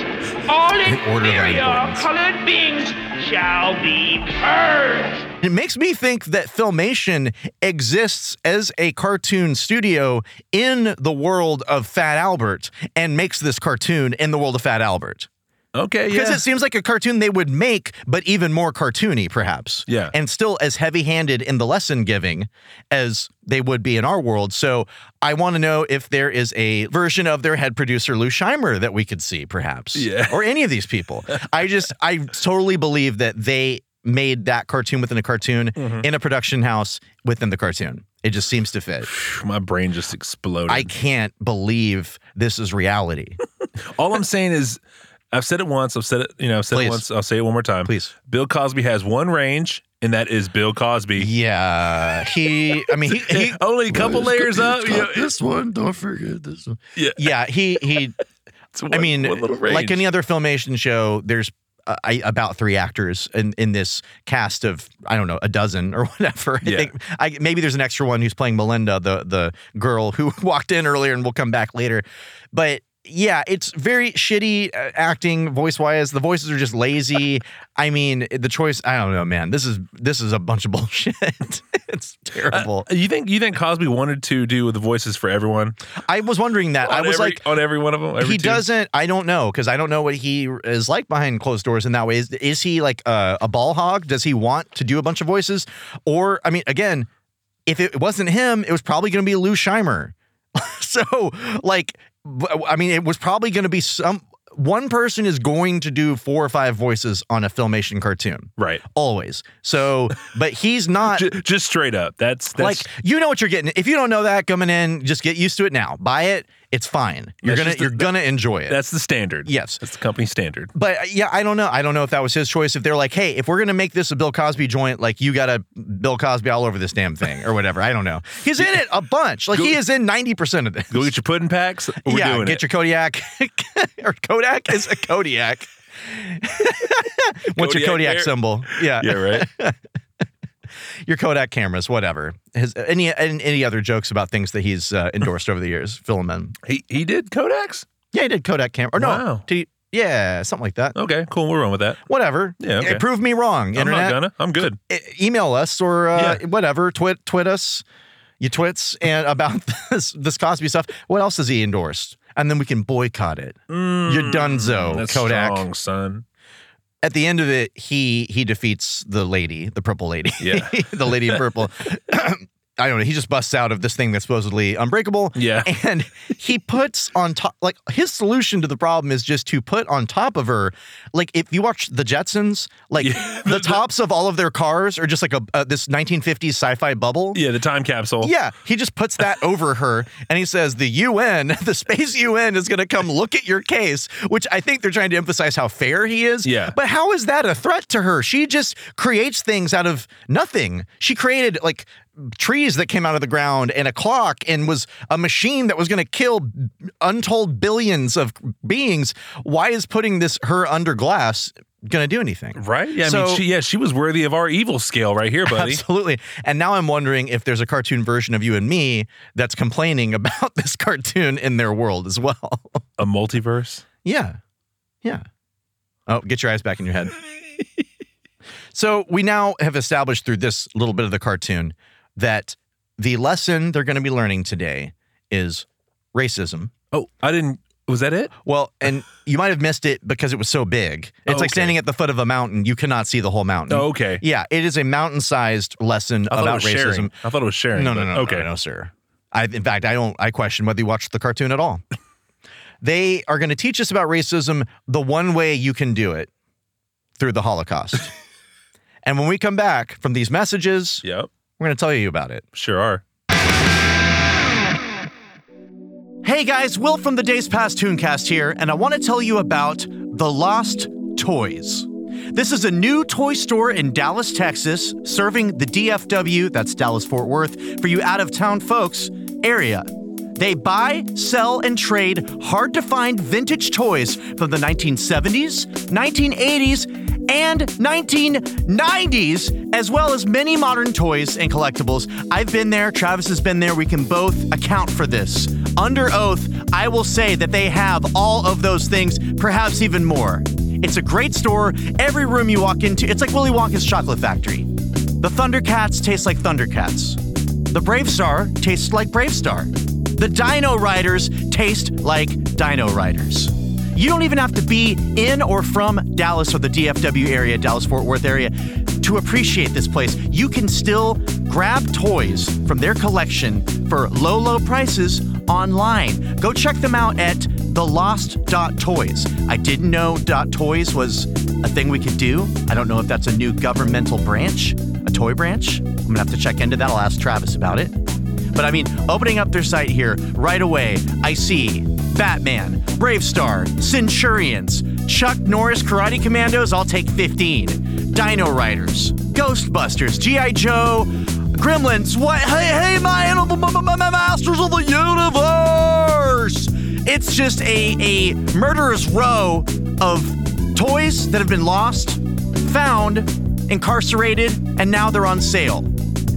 Speaker 9: all
Speaker 2: order of
Speaker 9: inferior
Speaker 2: unimportance.
Speaker 9: colored beings shall be purged.
Speaker 2: It makes me think that Filmation exists as a cartoon studio in the world of Fat Albert and makes this cartoon in the world of Fat Albert.
Speaker 3: Okay.
Speaker 2: Because
Speaker 3: Yeah.
Speaker 2: it seems like a cartoon they would make, but even more cartoony, perhaps.
Speaker 3: Yeah.
Speaker 2: And still as heavy handed in the lesson giving as they would be in our world. So I want to know if there is a version of their head producer, Lou Scheimer, that we could see, perhaps.
Speaker 3: Yeah.
Speaker 2: Or any of these people. I just, I totally believe that they made that cartoon within a cartoon in a production house within the cartoon. It just seems to fit.
Speaker 3: My brain just exploded.
Speaker 2: I can't believe this is reality.
Speaker 3: All I'm saying is, I've said it once. I've said it. You know, I've said
Speaker 2: Please.
Speaker 3: it once. I'll say it one more time.
Speaker 2: Please.
Speaker 3: Bill Cosby has one range, and that is Bill Cosby.
Speaker 2: Yeah. He, I mean, he, he
Speaker 3: Only a couple
Speaker 8: Well, it's
Speaker 3: layers
Speaker 8: got-
Speaker 3: up.
Speaker 8: it's
Speaker 3: you
Speaker 8: got
Speaker 3: know,
Speaker 8: this one, don't forget this one.
Speaker 2: yeah, he he.
Speaker 3: it's one-
Speaker 2: I mean,
Speaker 3: one little
Speaker 2: like
Speaker 3: range. Uh,
Speaker 2: any other filmation show, there's uh, I, about three actors in in this cast of I don't know a dozen or whatever. I
Speaker 3: Yeah.
Speaker 2: think I, maybe there's an extra one who's playing Melinda, the the girl who walked in earlier, and we'll come back later. But yeah, it's very shitty uh, acting voice wise. The voices are just lazy. I mean, the choice. I don't know, man. This is this is a bunch of bullshit. it's
Speaker 3: Uh,
Speaker 2: terrible.
Speaker 3: You think you think Cosby wanted to do the voices for everyone?
Speaker 2: I was wondering that. I
Speaker 3: On
Speaker 2: was
Speaker 3: every-
Speaker 2: like.
Speaker 3: on every one of them. Every
Speaker 2: he
Speaker 3: two?
Speaker 2: doesn't. I don't know because I don't know what he is like behind closed doors in that way. Is, is he like a, a ball hog? Does he want to do a bunch of voices? Or I mean, again, if it wasn't him, it was probably going to be Lou Scheimer. so like, b- I mean, it was probably going to be some one person is going to do four or five voices on a filmation cartoon
Speaker 3: Right.
Speaker 2: always. So, but he's not.
Speaker 3: J- just straight up. That's that's
Speaker 2: like you know what you're getting. If you don't know that coming in, just get used to it now. Buy it. It's fine. You're
Speaker 3: That's
Speaker 2: gonna
Speaker 3: just the-
Speaker 2: you're gonna enjoy it.
Speaker 3: That's the standard.
Speaker 2: Yes.
Speaker 3: That's the company standard.
Speaker 2: But uh, yeah, I don't know. I don't know if that was his choice. If they're like, hey, if we're gonna make this a Bill Cosby joint, like you gotta Bill Cosby all over this damn thing or whatever. I don't know. He's in it a bunch. Like he is in ninety percent of this.
Speaker 3: Go get your pudding packs. We're
Speaker 2: yeah,
Speaker 3: doing
Speaker 2: get
Speaker 3: it.
Speaker 2: your Kodiak or Kodak is a Kodiak. What's your
Speaker 3: Kodiak
Speaker 2: Kodiak
Speaker 3: bear?
Speaker 2: symbol? Yeah,
Speaker 3: yeah, right.
Speaker 2: your Kodak cameras, whatever. His any and any other jokes about things that he's uh, endorsed over the years? Fill 'em in.
Speaker 3: He he did Kodaks.
Speaker 2: Yeah, he did Kodak camera. Or no,
Speaker 3: Wow.
Speaker 2: did he- yeah, something like that.
Speaker 3: Okay, cool. We're on with that.
Speaker 2: Whatever.
Speaker 3: Yeah, okay.
Speaker 2: prove me wrong.
Speaker 3: I'm
Speaker 2: Internet.
Speaker 3: not gonna. I'm good.
Speaker 2: e- email us or uh,
Speaker 3: Yeah.
Speaker 2: whatever, twit twit us, you twits, and about this this Cosby stuff. What else has he endorsed? And then we can boycott it. You're donezo,
Speaker 3: Mm, That's
Speaker 2: Kodak.
Speaker 3: strong, son.
Speaker 2: At the end of it, he he defeats the lady, the purple lady,
Speaker 3: Yeah.
Speaker 2: the lady in purple. I don't know. He just busts out of this thing that's supposedly unbreakable.
Speaker 3: Yeah.
Speaker 2: And he puts on top, like, his solution to the problem is just to put on top of her, like, if you watch The Jetsons, like,
Speaker 3: Yeah,
Speaker 2: the,
Speaker 3: the-
Speaker 2: tops of all of their cars are just like a, uh this 1950s sci fi bubble.
Speaker 3: Yeah, the time capsule.
Speaker 2: Yeah, he just puts that over her and he says, The UN, the space UN is going to come look at your case, which I think they're trying to emphasize how fair he is.
Speaker 3: Yeah.
Speaker 2: But how is that a threat to her? She just creates things out of nothing. She created like trees that came out of the ground and a clock and was a machine that was going to kill untold billions of beings. Why is putting this her under glass going to do anything?
Speaker 3: Right. Yeah. I
Speaker 2: So-
Speaker 3: mean, she, yeah, she was worthy of our evil scale right here, buddy.
Speaker 2: Absolutely. And now I'm wondering if there's a cartoon version of you and me that's complaining about this cartoon in their world as well.
Speaker 3: A multiverse.
Speaker 2: yeah. Yeah. Oh, get your eyes back in your head. so we now have established through this little bit of the cartoon that the lesson they're going to be learning today is racism.
Speaker 3: Oh, I didn't. Was that it?
Speaker 2: Well, and you might have missed it because it was so big. It's
Speaker 3: Oh, okay.
Speaker 2: like standing at the foot of a mountain. You cannot see the whole mountain.
Speaker 3: Oh, okay.
Speaker 2: Yeah, it is a mountain sized lesson
Speaker 3: I thought
Speaker 2: Mm. about
Speaker 3: it was
Speaker 2: racism.
Speaker 3: sharing. I thought it was sharing.
Speaker 2: No, no,
Speaker 3: but-
Speaker 2: no.
Speaker 3: Okay.
Speaker 2: no, no, sir. I, in fact, I don't. I question whether you watched the cartoon at all. they are going to teach us about racism the one way you can do it through the Holocaust. and when we come back from these messages,
Speaker 3: Yep.
Speaker 2: we're going to tell you about it.
Speaker 3: Sure are.
Speaker 2: Hey guys, Will from the Days Past Tooncast here, and I want to tell you about The Lost Toys. This is a new toy store in Dallas, Texas, serving the DFW, that's Dallas Fort Worth, for you out of town folks, area. They buy, sell, and trade hard to find vintage toys from the 1970s, 1980s, and 1990s, as well as many modern toys and collectibles. I've been there, Travis has been there, we can both account for this. Under oath, I will say that they have all of those things, perhaps even more. It's a great store. Every room you walk into, it's like Willy Wonka's chocolate factory. The Thundercats taste like Thundercats. The Brave Star tastes like Brave Star. The Dino Riders taste like Dino Riders. You don't even have to be in or from Dallas or the DFW area, Dallas Fort Worth area, to appreciate this place. You can still grab toys from their collection for low, low prices online. Go check them out at thelost.toys. I didn't know .toys was a thing we could do. I don't know if that's a new governmental branch, a toy branch. I'm gonna have to check into that. I'll ask Travis about it. But I mean, opening up their site here right away, I see Batman, Brave Star, Centurions, Chuck Norris Karate Commandos, I'll take 15, Dino Riders, Ghostbusters, G.I. Joe, Gremlins, what? Hey, hey, my animal my- my- my masters of the universe! It's just a, a murderous row of toys that have been lost, found, incarcerated, and now they're on sale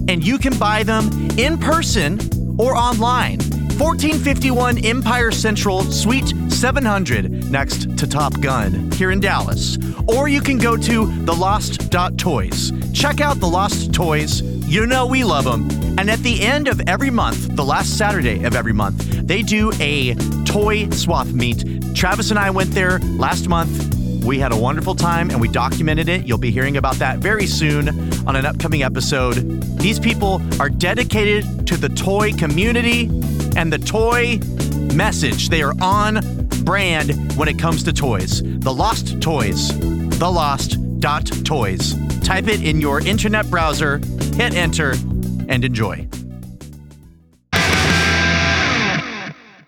Speaker 2: and you can buy them in person or online. 1451 Empire Central, Suite 700, next to Top Gun here in Dallas. Or you can go to thelost.toys. Check out The Lost Toys. You know we love them. And at the end of every month, the last Saturday of every month, they do a toy swap meet. Travis and I went there last month. We had a wonderful time and we documented it. You'll be hearing about that very soon on an upcoming episode. These people are dedicated to the toy community and the toy message. They are on brand when it comes to toys. The Lost Toys. The Lost dot toys. Type it in your internet browser, hit enter, and enjoy.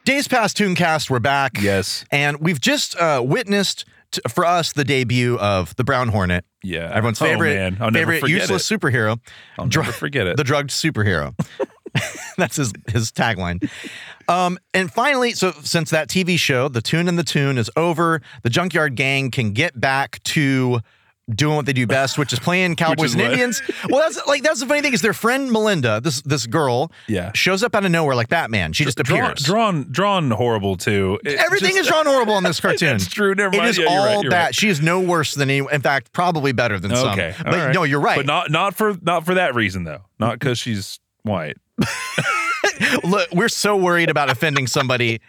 Speaker 2: Days Past Tooncast, we're back.
Speaker 3: Yes.
Speaker 2: And we've just uh, witnessed t- for us the debut of the Brown Hornet,
Speaker 3: Yeah.
Speaker 2: everyone's
Speaker 3: Oh,
Speaker 2: favorite,
Speaker 3: man. I'll never
Speaker 2: favorite
Speaker 3: forget
Speaker 2: useless
Speaker 3: it.
Speaker 2: superhero.
Speaker 3: I'll never forget it.
Speaker 2: The drugged superhero. That's his his tagline. Um, and finally, so since that TV show, The Tune and the Tune, is over, the Junkyard Gang can get back to doing what they do best, which is playing Cowboys
Speaker 3: is
Speaker 2: and
Speaker 3: what?
Speaker 2: Indians. Well, that's like that's the funny thing is their friend Melinda, this this girl,
Speaker 3: Yeah.
Speaker 2: shows up out of nowhere like Batman. She just
Speaker 3: Drawn,
Speaker 2: appears.
Speaker 3: drawn, drawn horrible too. It
Speaker 2: Everything is
Speaker 3: just-
Speaker 2: drawn horrible on this cartoon.
Speaker 3: That's true. Never mind.
Speaker 2: It is
Speaker 3: Yeah, you're
Speaker 2: all
Speaker 3: right, you're
Speaker 2: that.
Speaker 3: right.
Speaker 2: She is no worse than anyone. In fact, probably better than some.
Speaker 3: Okay.
Speaker 2: But
Speaker 3: all right.
Speaker 2: no, you're right.
Speaker 3: But not not for not for that reason though. Not because she's white.
Speaker 2: Look, we're so worried about offending somebody.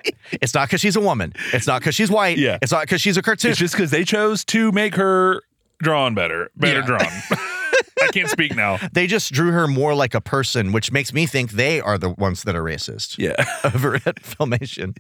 Speaker 2: It's not because she's a woman. It's not because she's white.
Speaker 3: Yeah.
Speaker 2: It's not because she's a cartoon.
Speaker 3: It's just because they chose to make her drawn better, better
Speaker 2: Yeah.
Speaker 3: drawn. I can't speak now.
Speaker 2: they just drew her more like a person, which makes me think they are the ones that are racist
Speaker 3: Yeah.
Speaker 2: over at Filmation.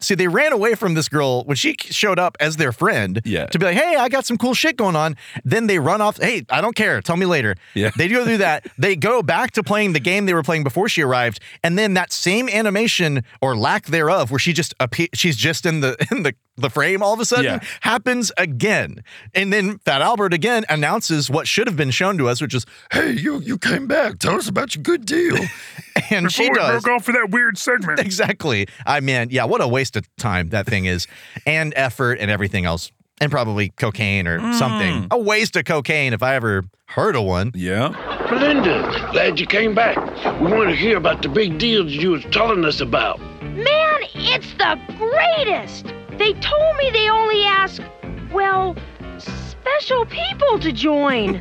Speaker 2: See, they ran away from this girl when she showed up as their friend
Speaker 3: Yeah.
Speaker 2: to be like, hey, I got some cool shit going on. Then they run off. Hey, I don't care. Tell me later.
Speaker 3: Yeah.
Speaker 2: They do do that. they go back to playing the game they were playing before she arrived. And then that same animation or lack thereof, where she just appe- she's just in the in the, the frame all of a sudden
Speaker 3: Yeah.
Speaker 2: happens again. And then Fat Albert again announces what should have been shown to us, which is,
Speaker 8: Hey, you you came back. Tell us about your good deal.
Speaker 2: and she does.
Speaker 3: off for that weird segment.
Speaker 2: exactly. I mean, yeah, what a waste of time that thing is, and effort and everything else, and probably cocaine or something. A waste of cocaine if I ever heard of one.
Speaker 3: Yeah.
Speaker 1: Melinda, glad you came back. We want to hear about the big deals you was telling us about.
Speaker 6: Man, it's the greatest! They told me they only ask, well, special people to join.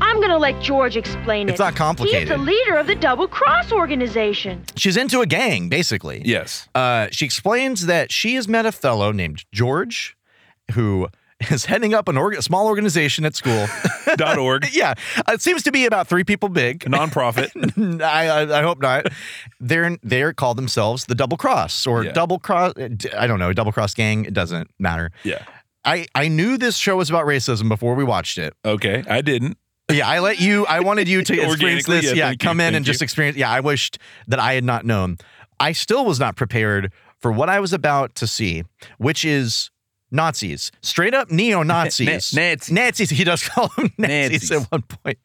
Speaker 6: I'm gonna let George explain it.
Speaker 2: It's not complicated.
Speaker 6: He's the leader of the Double Cross organization.
Speaker 2: She's into a gang, basically.
Speaker 3: Yes.
Speaker 2: Uh, she explains that she has met a fellow named George, who is heading up an org- small organization at school.
Speaker 3: Dot org.
Speaker 2: yeah, it seems to be about three people big.
Speaker 3: Nonprofit.
Speaker 2: I, I I hope not. They're they're called themselves the Double Cross or
Speaker 3: Yeah.
Speaker 2: Double Cross. I don't know Double Cross Gang. It doesn't matter.
Speaker 3: Yeah.
Speaker 2: I I knew this show was about racism before we watched it.
Speaker 3: Okay. I didn't.
Speaker 2: Yeah, I let you. I wanted you to experience
Speaker 3: Organically,
Speaker 2: this.
Speaker 3: yeah,
Speaker 2: Yeah,
Speaker 3: thank you,
Speaker 2: come in
Speaker 3: thank
Speaker 2: and just
Speaker 3: you.
Speaker 2: experience. Yeah, I wished that I had not known. I still was not prepared for what I was about to see, which is Nazis, straight up neo Nazis.
Speaker 3: Na- Nazis.
Speaker 2: Nazis. He does call them Nazis,
Speaker 3: Nazis.
Speaker 2: at one point.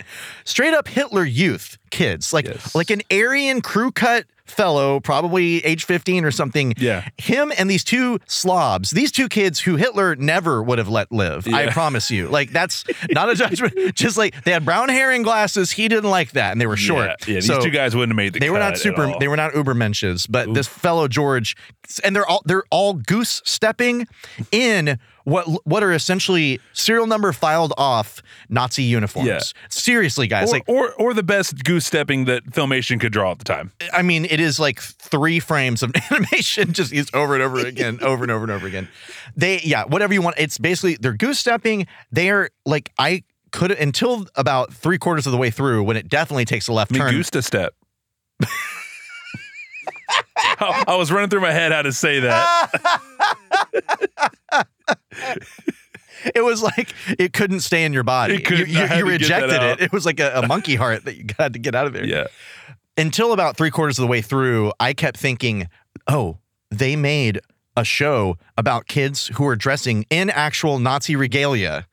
Speaker 2: Straight up Hitler youth kids, like
Speaker 3: Yes.
Speaker 2: like an Aryan crew cut fellow, probably age 15 or something.
Speaker 3: Yeah.
Speaker 2: Him and these two slobs, these two kids who Hitler never would have let live. I
Speaker 3: Yeah.
Speaker 2: promise you. Like that's not a judgment. Just like they had brown hair and glasses. He didn't like that, and they were short.
Speaker 3: Yeah. yeah these
Speaker 2: So
Speaker 3: two guys wouldn't have made the
Speaker 2: They were
Speaker 3: cut
Speaker 2: not
Speaker 3: at
Speaker 2: super.
Speaker 3: all.
Speaker 2: They were not uber mensches, but this fellow George, and they're all they're all goose stepping in what what are essentially serial number filed off Nazi uniforms.
Speaker 3: Yeah.
Speaker 2: Seriously, guys,
Speaker 3: or,
Speaker 2: like
Speaker 3: or or the best goose stepping that filmation could draw at the time.
Speaker 2: I mean, it is like three frames of animation just used over and over again, over and over and over again. They, yeah, whatever you want. It's basically they're goose stepping. They're like, I could until about three quarters of the way through when it definitely takes a left
Speaker 3: Me
Speaker 2: turn.
Speaker 3: goose to step. I, I was running through my head how to say
Speaker 2: Uh,
Speaker 3: that.
Speaker 2: It was like it couldn't stay in your body.
Speaker 3: It couldn't.
Speaker 2: You,
Speaker 3: I
Speaker 2: you-
Speaker 3: had
Speaker 2: you
Speaker 3: to get that
Speaker 2: rejected it.
Speaker 3: out.
Speaker 2: It was like a, a monkey heart that you had to get out of there.
Speaker 3: yeah.
Speaker 2: until about three quarters of the way through, I kept thinking, oh, they made a show about kids who are dressing in actual Nazi regalia.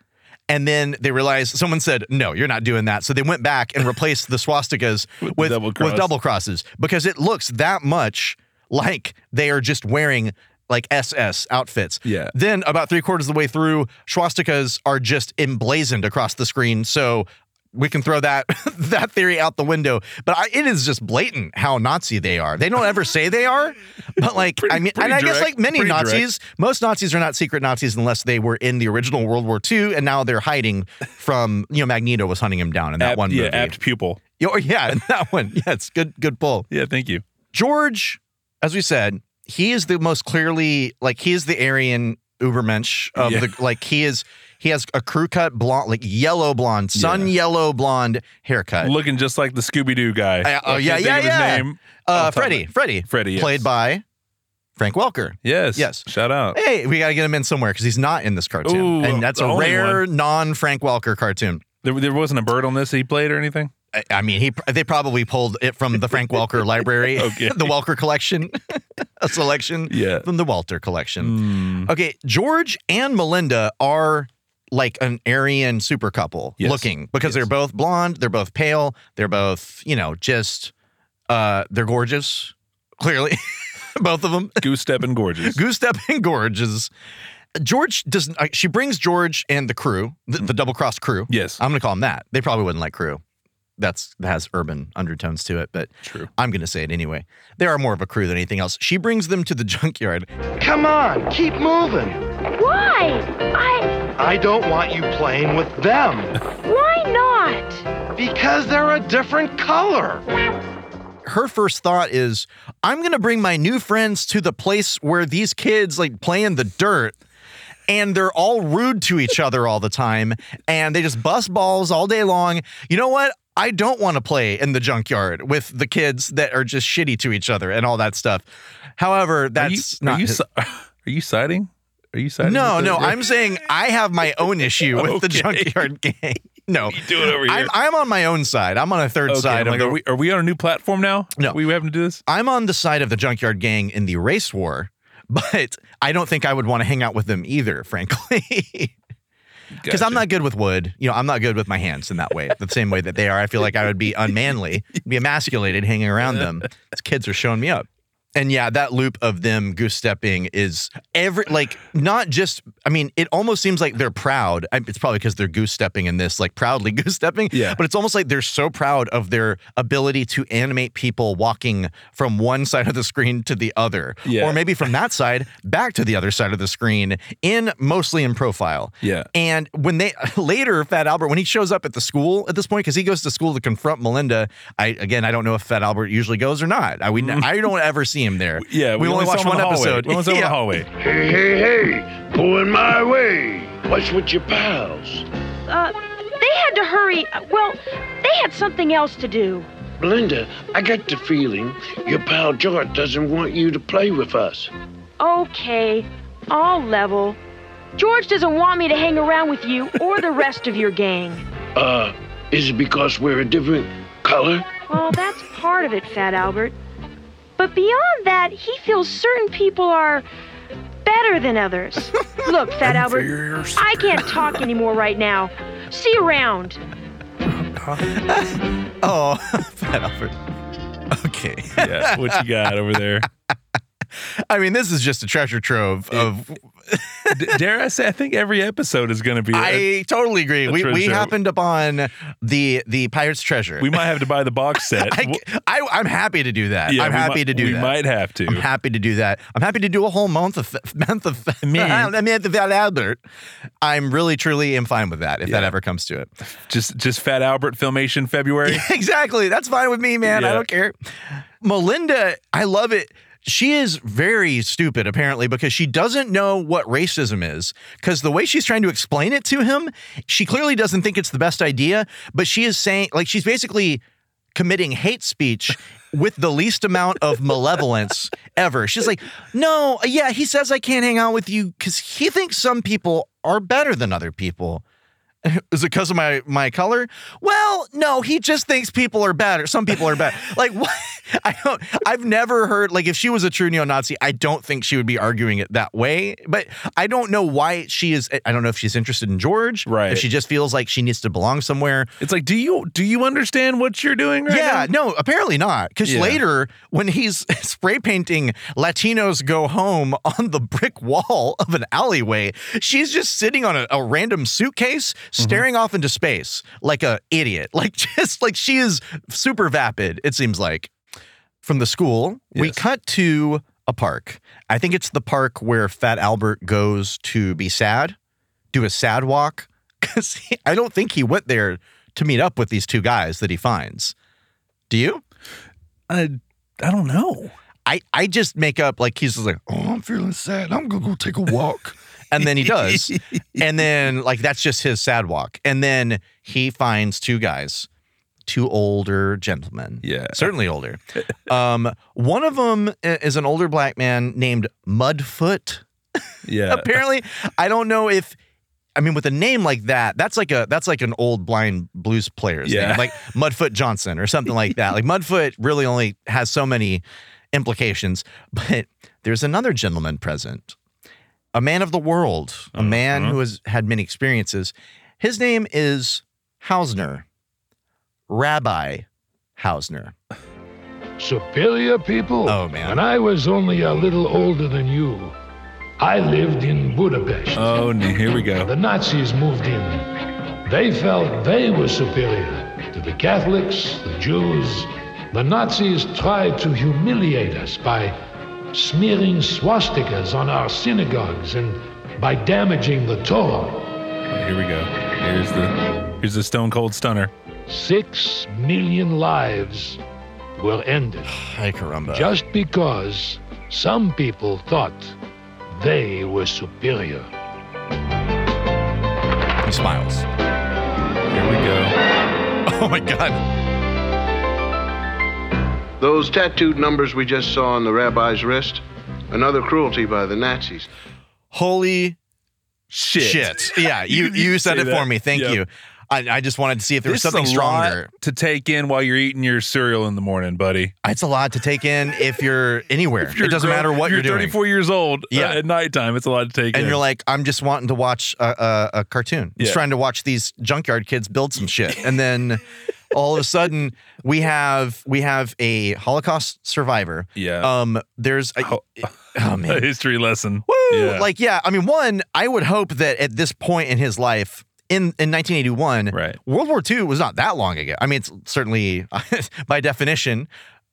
Speaker 2: And then they realized someone said, no, you're not doing that. So they went back and replaced the swastikas with, with,
Speaker 3: double
Speaker 2: double,
Speaker 3: cross.
Speaker 2: crosses because it looks that much like they are just wearing like SS outfits.
Speaker 3: Yeah.
Speaker 2: Then about three quarters of the way through, swastikas are just emblazoned across the screen. So we can throw that that theory out the window. But I, it is just blatant how Nazi they are. They don't ever say they are, but like I mean,
Speaker 3: pretty
Speaker 2: and I guess
Speaker 3: direct,
Speaker 2: like many
Speaker 3: pretty
Speaker 2: Nazis,
Speaker 3: direct.
Speaker 2: most Nazis are not secret Nazis unless they were in the original World War II, and now they're hiding from you know Magneto was hunting him down in that
Speaker 3: Apt-
Speaker 2: one
Speaker 3: yeah,
Speaker 2: movie.
Speaker 3: apt pupil.
Speaker 2: Yeah, or- yeah, in that one. Yeah, it's good. Good pull.
Speaker 3: Yeah, thank you.
Speaker 2: George, as we said, he is the most clearly like he is the Aryan Ubermensch of
Speaker 3: Yeah.
Speaker 2: the like he is he has a crew cut blonde like yellow blonde sun yellow blonde haircut.
Speaker 3: Looking just like the Scooby Doo guy.
Speaker 2: I- oh,
Speaker 3: I can't
Speaker 2: Uh, yeah,
Speaker 3: think
Speaker 2: yeah,
Speaker 3: of
Speaker 2: yeah.
Speaker 3: His name.
Speaker 2: uh,
Speaker 3: off the top of
Speaker 2: Freddie, Freddie,
Speaker 3: Freddie, oh, yes.
Speaker 2: played by Frank Welker.
Speaker 3: Yes.
Speaker 2: Yes.
Speaker 3: Shout out.
Speaker 2: Hey, we got to get him in somewhere because he's not in this cartoon,
Speaker 3: Ooh,
Speaker 2: and that's
Speaker 3: the
Speaker 2: a
Speaker 3: only
Speaker 2: rare non Frank Welker cartoon.
Speaker 3: There, there wasn't a bird on this that he played or anything.
Speaker 2: I- I mean, he pr- they probably pulled it from the Frank Welker library,
Speaker 3: Okay.
Speaker 2: the Welker collection, a selection
Speaker 3: Yeah.
Speaker 2: from the Walter collection.
Speaker 3: Mm.
Speaker 2: Okay, George and Melinda are like an Aryan super couple
Speaker 3: Yes.
Speaker 2: looking because
Speaker 3: Yes.
Speaker 2: they're both blonde, they're both pale, they're both, you know, just uh they're gorgeous, clearly. both of them.
Speaker 3: Goose step and gorgeous.
Speaker 2: Goose step and gorgeous. George doesn't uh, she brings George and the crew, the, the double cross crew.
Speaker 3: Yes,
Speaker 2: I'm gonna call them that. They probably wouldn't like crew. That's that has urban undertones to it, but
Speaker 3: true.
Speaker 2: I'm gonna say it anyway. They are more of a crew than anything else. She brings them to the junkyard.
Speaker 4: Come on, keep moving.
Speaker 6: Why? I.
Speaker 4: I don't want you playing with them
Speaker 6: Why not?
Speaker 4: because they're a different color.
Speaker 2: her first thought is, I'm gonna bring my new friends to the place where these kids like play in the dirt and they're all rude to each other all the time and they just bust balls all day long. You know what? I don't want to play in the junkyard with the kids that are just shitty to each other and all that stuff. However,
Speaker 3: are you,
Speaker 2: that's
Speaker 3: are
Speaker 2: not
Speaker 3: you,
Speaker 2: his-
Speaker 3: si- are you siding? Are you siding?
Speaker 2: no,
Speaker 3: with the-
Speaker 2: no, I'm saying I have my own issue with the
Speaker 3: Okay.
Speaker 2: junkyard gang. No,
Speaker 3: You do it over here.
Speaker 2: I'm, I'm on my own side. I'm on a third
Speaker 3: Okay,
Speaker 2: side.
Speaker 3: I'm
Speaker 2: of
Speaker 3: like,
Speaker 2: the-
Speaker 3: are we are we on a new platform now?
Speaker 2: No.
Speaker 3: we having to do this.
Speaker 2: I'm on the side of the junkyard gang in the race war, but I don't think I would want to hang out with them either, frankly. Because I'm
Speaker 3: Gotcha.
Speaker 2: not good with wood. You know, I'm not good with my hands in that way, the same way that they are. I feel like I would be unmanly, be emasculated hanging around them. These kids are showing me up. And yeah, that loop of them goose stepping is every like not just. I mean, it almost seems like they're proud. I- It's probably because they're goose stepping in this, like proudly goose stepping.
Speaker 3: Yeah.
Speaker 2: But it's almost like they're so proud of their ability to animate people walking from one side of the screen to the other,
Speaker 3: Yeah.
Speaker 2: or maybe from that side back to the other side of the screen in mostly in profile.
Speaker 3: Yeah.
Speaker 2: And when they later, Fat Albert, when he shows up at the school at this point, because he goes to school to confront Melinda. I again, I don't know if Fat Albert usually goes or not. I we I don't ever see him there.
Speaker 3: Mm. Yeah,
Speaker 2: we, only,
Speaker 3: saw
Speaker 2: watched
Speaker 3: him
Speaker 2: one
Speaker 3: in the hallway.
Speaker 2: episode.
Speaker 3: We only saw him in the
Speaker 2: Yeah.
Speaker 3: hallway.
Speaker 1: Hey, hey, hey, pulling my way. What's with your pals?
Speaker 6: Uh, they had to hurry. Uh, Well, they had something else to do.
Speaker 1: Belinda, I got the feeling your pal George doesn't want you to play with us.
Speaker 6: Okay, I'll level. George doesn't want me to hang around with you or the rest of your gang.
Speaker 1: Uh, is it because we're a different color?
Speaker 6: Well, that's part of it, Fat Albert. But beyond that, he feels certain people are better than others. Look, Fat Albert, I can't talk anymore right now. See you around.
Speaker 2: Oh, Fat Albert. Okay.
Speaker 3: Yeah, what you got over there?
Speaker 2: I mean, this is just a treasure trove of.
Speaker 3: D- dare I say? I think every episode is going to be. a-
Speaker 2: I totally agree.
Speaker 3: a
Speaker 2: We, we
Speaker 3: treasure.
Speaker 2: happened upon the the pirate's treasure.
Speaker 3: we might have to buy the box set.
Speaker 2: I, I, I'm happy to do that.
Speaker 3: Yeah,
Speaker 2: I'm
Speaker 3: we
Speaker 2: happy
Speaker 3: might-
Speaker 2: to do
Speaker 3: we
Speaker 2: that.
Speaker 3: might have to.
Speaker 2: I'm happy to do that. I'm happy to do a whole month of month of
Speaker 3: Man.
Speaker 2: I mean, the Val Albert. I'm really truly am fine with that if that
Speaker 3: Yeah.
Speaker 2: ever comes to it.
Speaker 3: just just Fat Albert filmation February.
Speaker 2: exactly. That's fine with me, man. I
Speaker 3: Yeah.
Speaker 2: don't care. Melinda, I love it. She is very stupid, apparently, because she doesn't know what racism is. Because the way she's trying to explain it to him, she clearly doesn't think it's the best idea, but she is saying, like, she's basically committing hate speech with the least amount of malevolence ever. She's like, no, yeah, he says I can't hang out with you because he thinks some people are better than other people. Is it because of my my color? Well, no, he just thinks people are better. Some people are bad. like what? I don't. I've never heard like if she was a true neo-Nazi, I don't think she would be arguing it that way. But I don't know why she is. I don't know if she's interested in George.
Speaker 3: Right.
Speaker 2: If she just feels like she needs to belong somewhere.
Speaker 3: It's like, do you do you understand what you're doing right
Speaker 2: yeah.
Speaker 3: now?
Speaker 2: No. Apparently not. Because
Speaker 3: Yeah.
Speaker 2: later when he's spray painting Latinos go home on the brick wall of an alleyway, she's just sitting on a, a random suitcase,
Speaker 3: Mm-hmm.
Speaker 2: staring off into space like a idiot. Like just like she is super vapid. It seems like from the school, we
Speaker 3: Yes.
Speaker 2: cut to a park. I think it's the park where Fat Albert goes to be sad, do a sad walk. Because I don't think he went there to meet up with these two guys that he finds. Do you?
Speaker 3: I I don't know.
Speaker 2: I, I just make up like he's just like,
Speaker 8: Oh, I'm feeling sad. I'm gonna go take a walk.
Speaker 2: and then he does. and then like that's just his sad walk. And then he finds two guys, two older gentlemen.
Speaker 3: Yeah.
Speaker 2: Certainly older. um, one of them is an older black man named Mudfoot.
Speaker 3: Yeah.
Speaker 2: Apparently, I don't know if I mean, with a name like that, that's like a that's like an old blind blues player's
Speaker 3: Yeah.
Speaker 2: name, like Mudfoot Johnson or something like that. Like Mudfoot really only has so many implications. But there's another gentleman present, a man of the world, a man who has had many experiences. His name is Hausner, Rabbi Hausner.
Speaker 10: Superior people?
Speaker 2: Oh, man.
Speaker 10: When I was only a little older than you, I lived in Budapest.
Speaker 3: Oh, n- here we go.
Speaker 10: The Nazis moved in. They felt they were superior to the Catholics, the Jews. The Nazis tried to humiliate us by smearing swastikas on our synagogues and by damaging the Torah.
Speaker 3: Here we go. Here's the here's the Stone Cold Stunner.
Speaker 10: Six million lives were ended.
Speaker 2: Hi, caramba.
Speaker 10: just because some people thought they were superior.
Speaker 2: he smiles.
Speaker 3: Here we go.
Speaker 2: Oh my God.
Speaker 4: Those tattooed numbers we just saw on the rabbi's wrist, another cruelty by the Nazis.
Speaker 2: Holy
Speaker 3: Shit.
Speaker 2: shit. Yeah, you you said
Speaker 3: say
Speaker 2: it
Speaker 3: that.
Speaker 2: for me. Thank
Speaker 3: Yeah.
Speaker 2: you. I, I just wanted to see if there
Speaker 3: This
Speaker 2: was something
Speaker 3: is a lot
Speaker 2: stronger.
Speaker 3: to take in while you're eating your cereal in the morning, buddy.
Speaker 2: It's a lot to take in if you're anywhere.
Speaker 3: You're
Speaker 2: it doesn't
Speaker 3: grown-
Speaker 2: matter what you're,
Speaker 3: You're
Speaker 2: doing.
Speaker 3: 34 years old.
Speaker 2: Yeah.
Speaker 3: uh, at nighttime, it's a lot to take in.
Speaker 2: And you're like, I'm just wanting to watch a, a, a cartoon. Just
Speaker 3: Yeah.
Speaker 2: trying to watch these junkyard kids build some shit. And then all of a sudden, we have we have a Holocaust survivor.
Speaker 3: yeah,
Speaker 2: Um, there's a,
Speaker 3: Ho-
Speaker 2: oh man,
Speaker 3: a history lesson.
Speaker 2: Woo!
Speaker 3: Yeah.
Speaker 2: Like, yeah, I mean, one, I would hope that at this point in his life, in, in 1981,
Speaker 3: Right.
Speaker 2: World War II was not that long ago. I mean, it's certainly, by definition,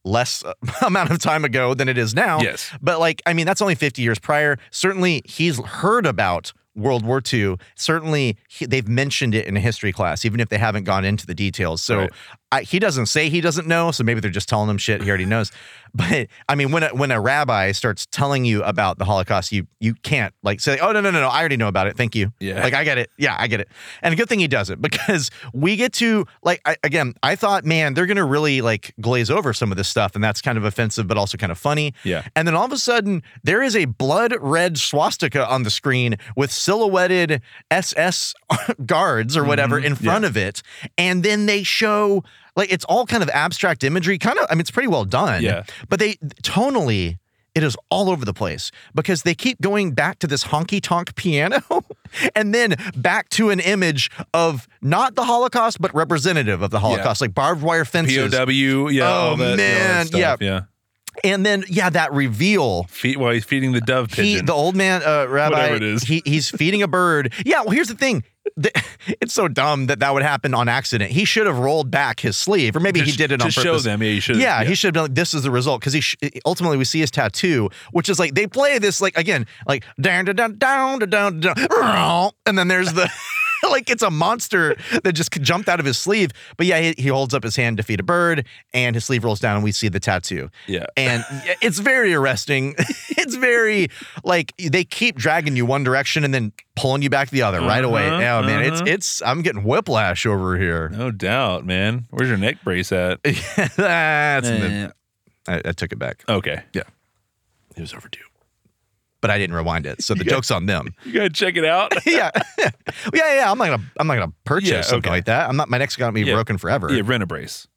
Speaker 2: less uh, amount of time ago than it is now.
Speaker 3: Yes.
Speaker 2: But, like, I mean, that's only 50 years prior. Certainly, he's heard about World War II. Certainly, he, they've mentioned it in a history class, even if they haven't gone into the details. So,
Speaker 3: Right.
Speaker 2: I, he doesn't say he doesn't know, so maybe they're just telling him shit he already knows. But I mean, when a, when a rabbi starts telling you about the Holocaust, you you can't like say, "Oh no, no, no, no, I already know about it. Thank you."
Speaker 3: Yeah.
Speaker 2: like I get it. Yeah, I get it. And a good thing he does it because we get to like I, again. I thought, man, they're gonna really like glaze over some of this stuff, and that's kind of offensive, but also kind of funny.
Speaker 3: Yeah.
Speaker 2: And then all of a sudden, there is a blood red swastika on the screen with silhouetted SS guards or whatever
Speaker 3: Mm-hmm.
Speaker 2: in front of it. And then they show, like, it's all kind of abstract imagery. Kind of, I mean, it's pretty well done.
Speaker 3: Yeah.
Speaker 2: But they tonally, it is all over the place because they keep going back to this honky tonk piano and then back to an image of not the Holocaust, but representative of the Holocaust, like barbed wire fences.
Speaker 3: POW. Yeah. all
Speaker 2: Oh,
Speaker 3: that- all that
Speaker 2: man,
Speaker 3: stuff, Yeah.
Speaker 2: And then, yeah, that reveal
Speaker 3: Feed, while he's feeding the dove pigeon.
Speaker 2: He, the old man, uh, Rabbi,
Speaker 3: Whatever it is.
Speaker 2: He, he's feeding a bird. Yeah, well, here's the thing. The- it's so dumb that that would happen on accident. He should have rolled back his sleeve, or maybe he
Speaker 3: Just-
Speaker 2: did it on
Speaker 3: just
Speaker 2: purpose.
Speaker 3: show them. Yeah, you should.
Speaker 2: Yeah, he should have been like, this is the result because he sh- ultimately we see his tattoo, which is like they play this like again like down down down down down down, and then there's the like it's a monster that just jumped out of his sleeve. But yeah, he, he holds up his hand to feed a bird, and his sleeve rolls down, and we see the tattoo.
Speaker 3: Yeah.
Speaker 2: and it's very arresting. it's very like they keep dragging you one direction and then pulling you back the other right away. Oh
Speaker 3: Uh-huh,
Speaker 2: man, it's
Speaker 3: uh-huh.
Speaker 2: it's I'm getting whiplash over here.
Speaker 3: No doubt, man. Where's your neck brace at?
Speaker 2: That's I, I took it back.
Speaker 3: Okay.
Speaker 2: It was overdue. But I didn't rewind it, so the joke's on them.
Speaker 3: You gotta check it out.
Speaker 2: yeah, yeah, yeah. I'm not gonna, I'm not gonna purchase
Speaker 3: Yeah,
Speaker 2: something
Speaker 3: okay.
Speaker 2: like that. I'm not. My neck's gonna be
Speaker 3: Yeah.
Speaker 2: broken forever.
Speaker 3: yeah, rent a brace.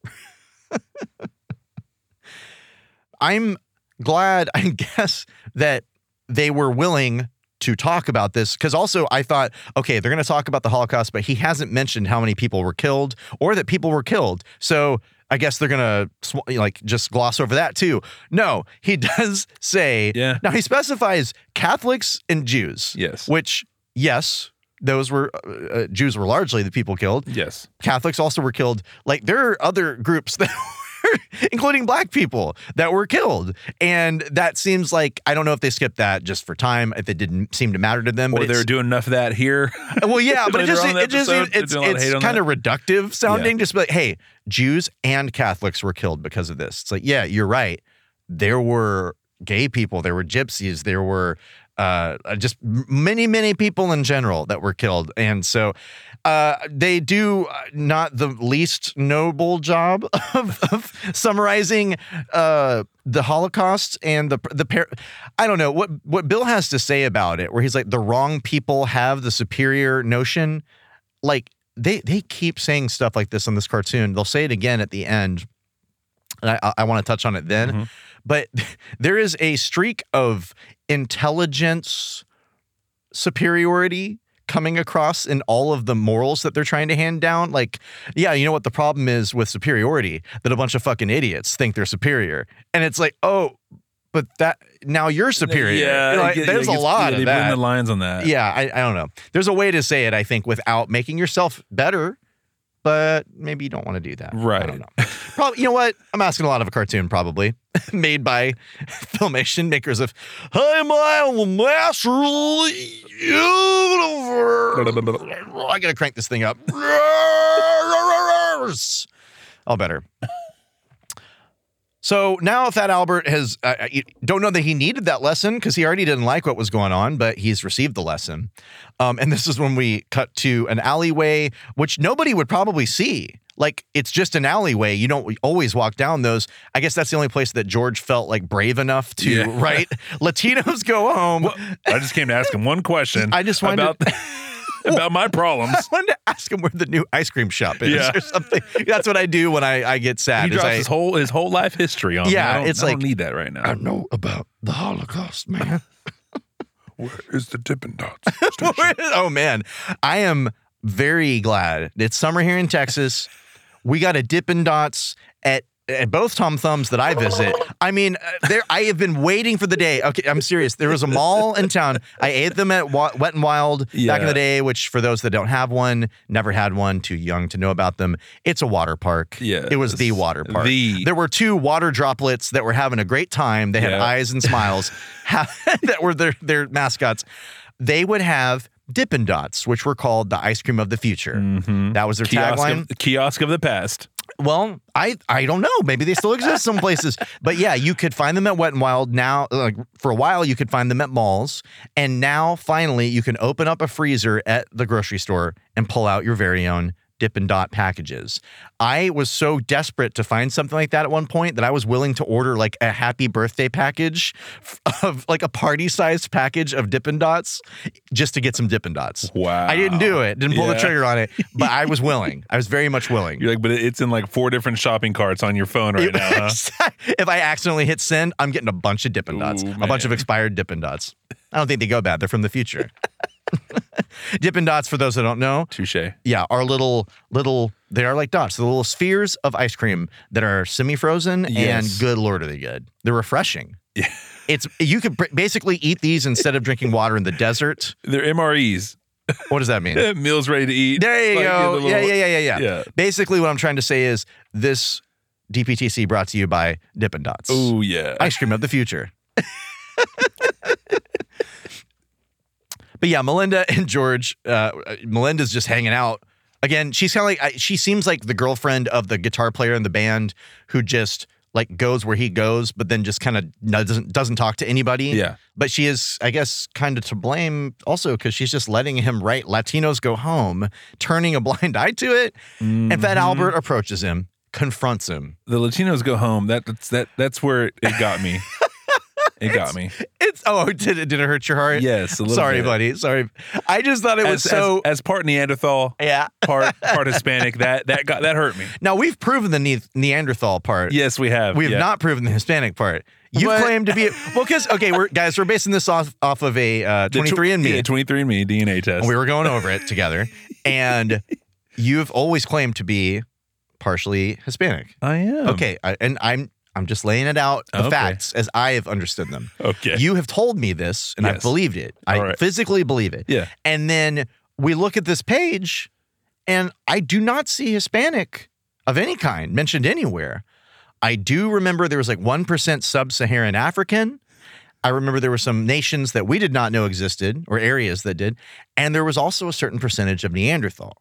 Speaker 2: I'm glad, I guess, that they were willing to talk about this because also I thought, okay, they're going to talk about the Holocaust, but he hasn't mentioned how many people were killed or that people were killed. So I guess they're going to sw- like just gloss over that too. No, he does say,
Speaker 3: Yeah.
Speaker 2: now he specifies Catholics and Jews.
Speaker 3: Yes.
Speaker 2: Which, yes, those were uh, uh, Jews were largely the people killed.
Speaker 3: Yes.
Speaker 2: Catholics also were killed. Like there are other groups that were, including black people, that were killed. And that seems like I don't know if they skipped that just for time, if it didn't seem to matter to them.
Speaker 3: Or
Speaker 2: But
Speaker 3: they're
Speaker 2: it's,
Speaker 3: doing enough of that here.
Speaker 2: well, yeah, but it
Speaker 3: later
Speaker 2: just
Speaker 3: on in the
Speaker 2: it just
Speaker 3: episode, they're
Speaker 2: it's
Speaker 3: doing a lot of hate
Speaker 2: it's
Speaker 3: on
Speaker 2: kind
Speaker 3: that.
Speaker 2: of reductive sounding. Just be like, hey, Jews and Catholics were killed because of this. It's like, yeah, you're right. There were gay people, there were gypsies, there were uh, just many, many people in general that were killed. And so uh, they do uh, not the least noble job of, of summarizing uh, the Holocaust and the the par- I don't know what what Bill has to say about it, where he's like the wrong people have the superior notion. Like they they keep saying stuff like this in this cartoon. They'll say it again at the end. And I, I want to touch on it then,
Speaker 3: Mm-hmm.
Speaker 2: but there is a streak of intelligence superiority coming across in all of the morals that they're trying to hand down. Like, yeah, you know what the problem is with superiority? That a bunch of fucking idiots think they're superior. And it's like, oh, but that now you're superior.
Speaker 3: Yeah,
Speaker 2: Like,
Speaker 3: it get-
Speaker 2: there's
Speaker 3: yeah, it
Speaker 2: a
Speaker 3: gets-
Speaker 2: lot
Speaker 3: yeah,
Speaker 2: of
Speaker 3: they blend
Speaker 2: that.
Speaker 3: the lines on that.
Speaker 2: Yeah, I, I don't know. There's a way to say it, I think, without making yourself better, but maybe you don't want to do that. I
Speaker 3: Right.
Speaker 2: don't know. Probably, you know what? I'm asking a lot of a cartoon, probably made by filmation makers of "Hey, my master of the universe." I gotta crank this thing up. All better. So now Fat Albert has, I I- you don't know that he needed that lesson because he already didn't like what was going on, but he's received the lesson. Um, and this is when we cut to an alleyway, which nobody would probably see. Like it's just an alleyway. You don't always walk down those. I guess that's the only place that George felt like brave enough to,
Speaker 3: Yeah.
Speaker 2: right? Latinos go home.
Speaker 3: I just came to ask him one question.
Speaker 2: I just wanted
Speaker 3: about about my problems.
Speaker 2: I wanted to ask him where the new ice cream shop is
Speaker 3: Yeah.
Speaker 2: or something. That's what I do when I, I get sad.
Speaker 3: He
Speaker 2: is
Speaker 3: drops
Speaker 2: I-
Speaker 3: his whole his whole life history on. me.
Speaker 2: Yeah,
Speaker 3: I don't,
Speaker 2: it's
Speaker 3: I don't
Speaker 2: like-
Speaker 3: need that right now.
Speaker 8: I know about the Holocaust, man.
Speaker 3: Where is the Dippin' Dots?
Speaker 2: oh man, I am very glad it's summer here in Texas. We got a Dippin' Dots at at both Tom Thumbs that I visit. I mean, uh, there I have been waiting for the day. Okay, I'm serious. There was a mall in town. I ate them at Wa- Wet and Wild back in
Speaker 3: Yeah.
Speaker 2: the day, which for those that don't have one, never had one, too young to know about them. It's a water park.
Speaker 3: Yeah,
Speaker 2: it was the
Speaker 3: it's
Speaker 2: water park.
Speaker 3: the-
Speaker 2: there were two water droplets that were having a great time. They had
Speaker 3: Yeah.
Speaker 2: eyes and smiles ha- that were their, their mascots. They would have Dippin' Dots, which were called the ice cream of the future. That was their
Speaker 3: Mm. Mm-hmm. Kiosk
Speaker 2: tagline.
Speaker 3: of, kiosk of the past.
Speaker 2: Well, I I don't know. Maybe they still exist some places. But yeah, you could find them at Wet and Wild now. Like for a while, you could find them at malls, and now finally you can open up a freezer at the grocery store and pull out your very own Dippin' Dot packages. I was so desperate to find something like that at one point that I was willing to order like a happy birthday package f- of like a party sized package of Dippin' Dots just to get some Dippin' Dots.
Speaker 3: Wow.
Speaker 2: I didn't do it. Didn't pull the
Speaker 3: Yeah.
Speaker 2: trigger on it, but I was willing. I was very much willing.
Speaker 3: You're like, but it's in like four different shopping carts on your phone right now. Huh?
Speaker 2: if I accidentally hit send, I'm getting a bunch of Dippin' Dots,
Speaker 3: Ooh,
Speaker 2: a bunch of
Speaker 3: man.
Speaker 2: expired Dippin' Dots. I don't think they go bad. They're from the future. Dippin' Dots, for those that don't know,
Speaker 3: Touche.
Speaker 2: yeah, are little little. They are like dots, the little spheres of ice cream that are semi-frozen
Speaker 3: Yes.
Speaker 2: and good lord, are they good? They're refreshing.
Speaker 3: Yeah.
Speaker 2: It's you could br- basically eat these instead of drinking water in the desert.
Speaker 3: They're MREs.
Speaker 2: What does that mean?
Speaker 3: Meals ready to eat.
Speaker 2: There you
Speaker 3: Like,
Speaker 2: go.
Speaker 3: the
Speaker 2: yeah,
Speaker 3: little-
Speaker 2: yeah, yeah, yeah, yeah.
Speaker 3: Yeah.
Speaker 2: Basically, what I'm trying to say is this DPTC brought to you by Dippin' Dots.
Speaker 3: Oh yeah.
Speaker 2: ice cream of the future. but yeah, Melinda and George, uh, Melinda's just hanging out. Again, she's kind of like, I, she seems like the girlfriend of the guitar player in the band who just like goes where he goes, but then just kind of doesn't, doesn't talk to anybody.
Speaker 3: Yeah.
Speaker 2: But she is, I guess, kind of to blame also because she's just letting him write Latinos go home, turning a blind eye to it. And
Speaker 3: Mm-hmm.
Speaker 2: Fat Albert approaches him, confronts him.
Speaker 3: the Latinos go home. That, that's that. That's where it, it got me. It got me.
Speaker 2: It's, oh, did it, did it hurt your heart?
Speaker 3: Yes, a little
Speaker 2: Sorry,
Speaker 3: bit.
Speaker 2: buddy. Sorry. I just thought it was
Speaker 3: As,
Speaker 2: so.
Speaker 3: as, as part Neanderthal,
Speaker 2: yeah.
Speaker 3: part part Hispanic. That that got that hurt me.
Speaker 2: Now we've proven the ne- Neanderthal part.
Speaker 3: Yes, we have.
Speaker 2: We have
Speaker 3: yeah.
Speaker 2: not proven the Hispanic part. You
Speaker 3: But-
Speaker 2: claim to be well, because okay, we're guys, we're basing this off off of a uh,
Speaker 3: The tw-
Speaker 2: twenty three and me.
Speaker 3: Yeah, 23andMe DNA test.
Speaker 2: We were going over it together, and you've always claimed to be partially Hispanic.
Speaker 3: I am.
Speaker 2: okay, I, and I'm I'm just laying it out the
Speaker 3: Hmm. Okay.
Speaker 2: facts as I have understood them.
Speaker 3: Okay.
Speaker 2: You have told me this, and I've
Speaker 3: Eh. Yes.
Speaker 2: believed it. I
Speaker 3: All right.
Speaker 2: physically believe it.
Speaker 3: Yeah.
Speaker 2: And then we look at this page, and I do not see Hispanic of any kind mentioned anywhere. I do remember there was like 1% sub Saharan African. I remember there were some nations that we did not know existed or areas that did. And there was also a certain percentage of Neanderthal.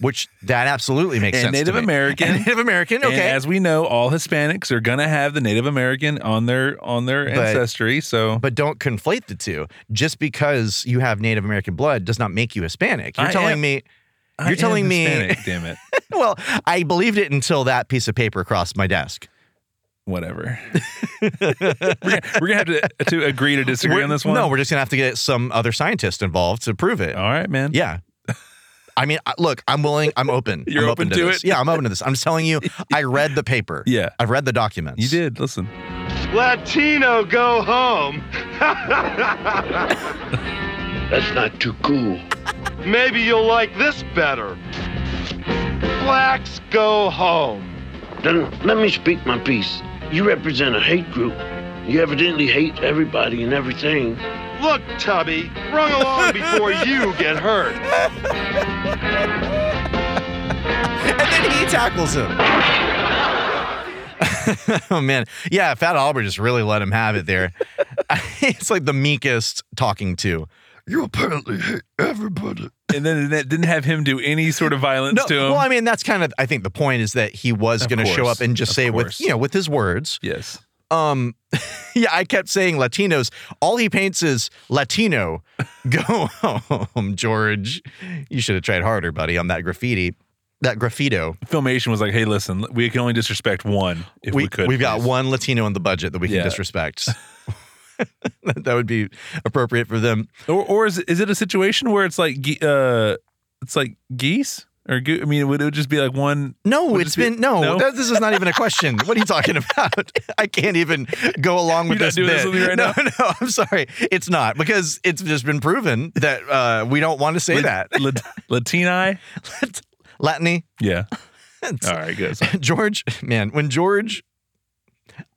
Speaker 2: which that absolutely makes
Speaker 3: and
Speaker 2: sense.
Speaker 3: Native
Speaker 2: to me.
Speaker 3: American,
Speaker 2: And Native American.
Speaker 3: And
Speaker 2: Okay,
Speaker 3: as we know, all Hispanics are gonna have the Native American on their on their
Speaker 2: But-
Speaker 3: ancestry. So
Speaker 2: but don't conflate the two. Just because you have Native American blood does not make you Hispanic. You're
Speaker 3: I
Speaker 2: telling
Speaker 3: am-
Speaker 2: me.
Speaker 3: I
Speaker 2: You're
Speaker 3: am
Speaker 2: telling me.
Speaker 3: Hispanic, damn it,
Speaker 2: well, I believed it until that piece of paper crossed my desk.
Speaker 3: whatever. we're, gonna, we're gonna have to to agree to disagree
Speaker 2: We're-
Speaker 3: on this one. Oh.
Speaker 2: No, we're just gonna have to get some other scientist involved to prove it.
Speaker 3: all right, man.
Speaker 2: Yeah. I mean, I- look, I'm willing. I'm open.
Speaker 3: You're
Speaker 2: I'm
Speaker 3: open to
Speaker 2: this.
Speaker 3: it?
Speaker 2: Yeah, I'm open to this. I'm telling you, I read the paper.
Speaker 3: Yeah.
Speaker 2: I've read the documents.
Speaker 3: you did. Listen,
Speaker 4: Latino, go home.
Speaker 1: That's not too cool.
Speaker 4: Maybe you'll like this better. Blacks, go home.
Speaker 1: Then let me speak my piece. You represent a hate group. You evidently hate everybody and everything.
Speaker 4: Look, Tubby, run along before you get hurt.
Speaker 2: And then he tackles him. oh man, yeah. Fat Albert just really let him have it there. it's like the meekest talking to.
Speaker 8: You apparently hate everybody.
Speaker 3: and then it didn't have him do any sort of violence
Speaker 2: No,
Speaker 3: to him.
Speaker 2: well, I mean, that's kind of. I think the point is that he was
Speaker 3: Of
Speaker 2: going to show
Speaker 3: course,
Speaker 2: up and just
Speaker 3: of
Speaker 2: say
Speaker 3: course.
Speaker 2: with you know with his words.
Speaker 3: yes,
Speaker 2: Um, yeah, I kept saying Latinos. All he paints is Latino. Go home, George. You should have tried harder, buddy, on that graffiti. That graffito.
Speaker 3: Filmation was like, "Hey, listen, we can only disrespect one if we, could."
Speaker 2: have got
Speaker 3: please.
Speaker 2: one Latino in the budget that we
Speaker 3: Yeah.
Speaker 2: can disrespect. that that would be appropriate for them.
Speaker 3: Or, or is it, is it a situation where it's like ge- uh, it's like geese or goo I mean, would it just be like one?
Speaker 2: No,
Speaker 3: Would
Speaker 2: it's
Speaker 3: it be-
Speaker 2: been no.
Speaker 3: no?
Speaker 2: that- this is not even a question. what are you talking about? I can't even go along with
Speaker 3: You're
Speaker 2: this
Speaker 3: not doing
Speaker 2: bit.
Speaker 3: this with me right
Speaker 2: no, no, I'm sorry. It's not because it's just been proven that uh, we don't want to say that.
Speaker 3: Lat- Latini.
Speaker 2: Latiny.
Speaker 3: Yeah. All right. Good. So-
Speaker 2: George, man, when George,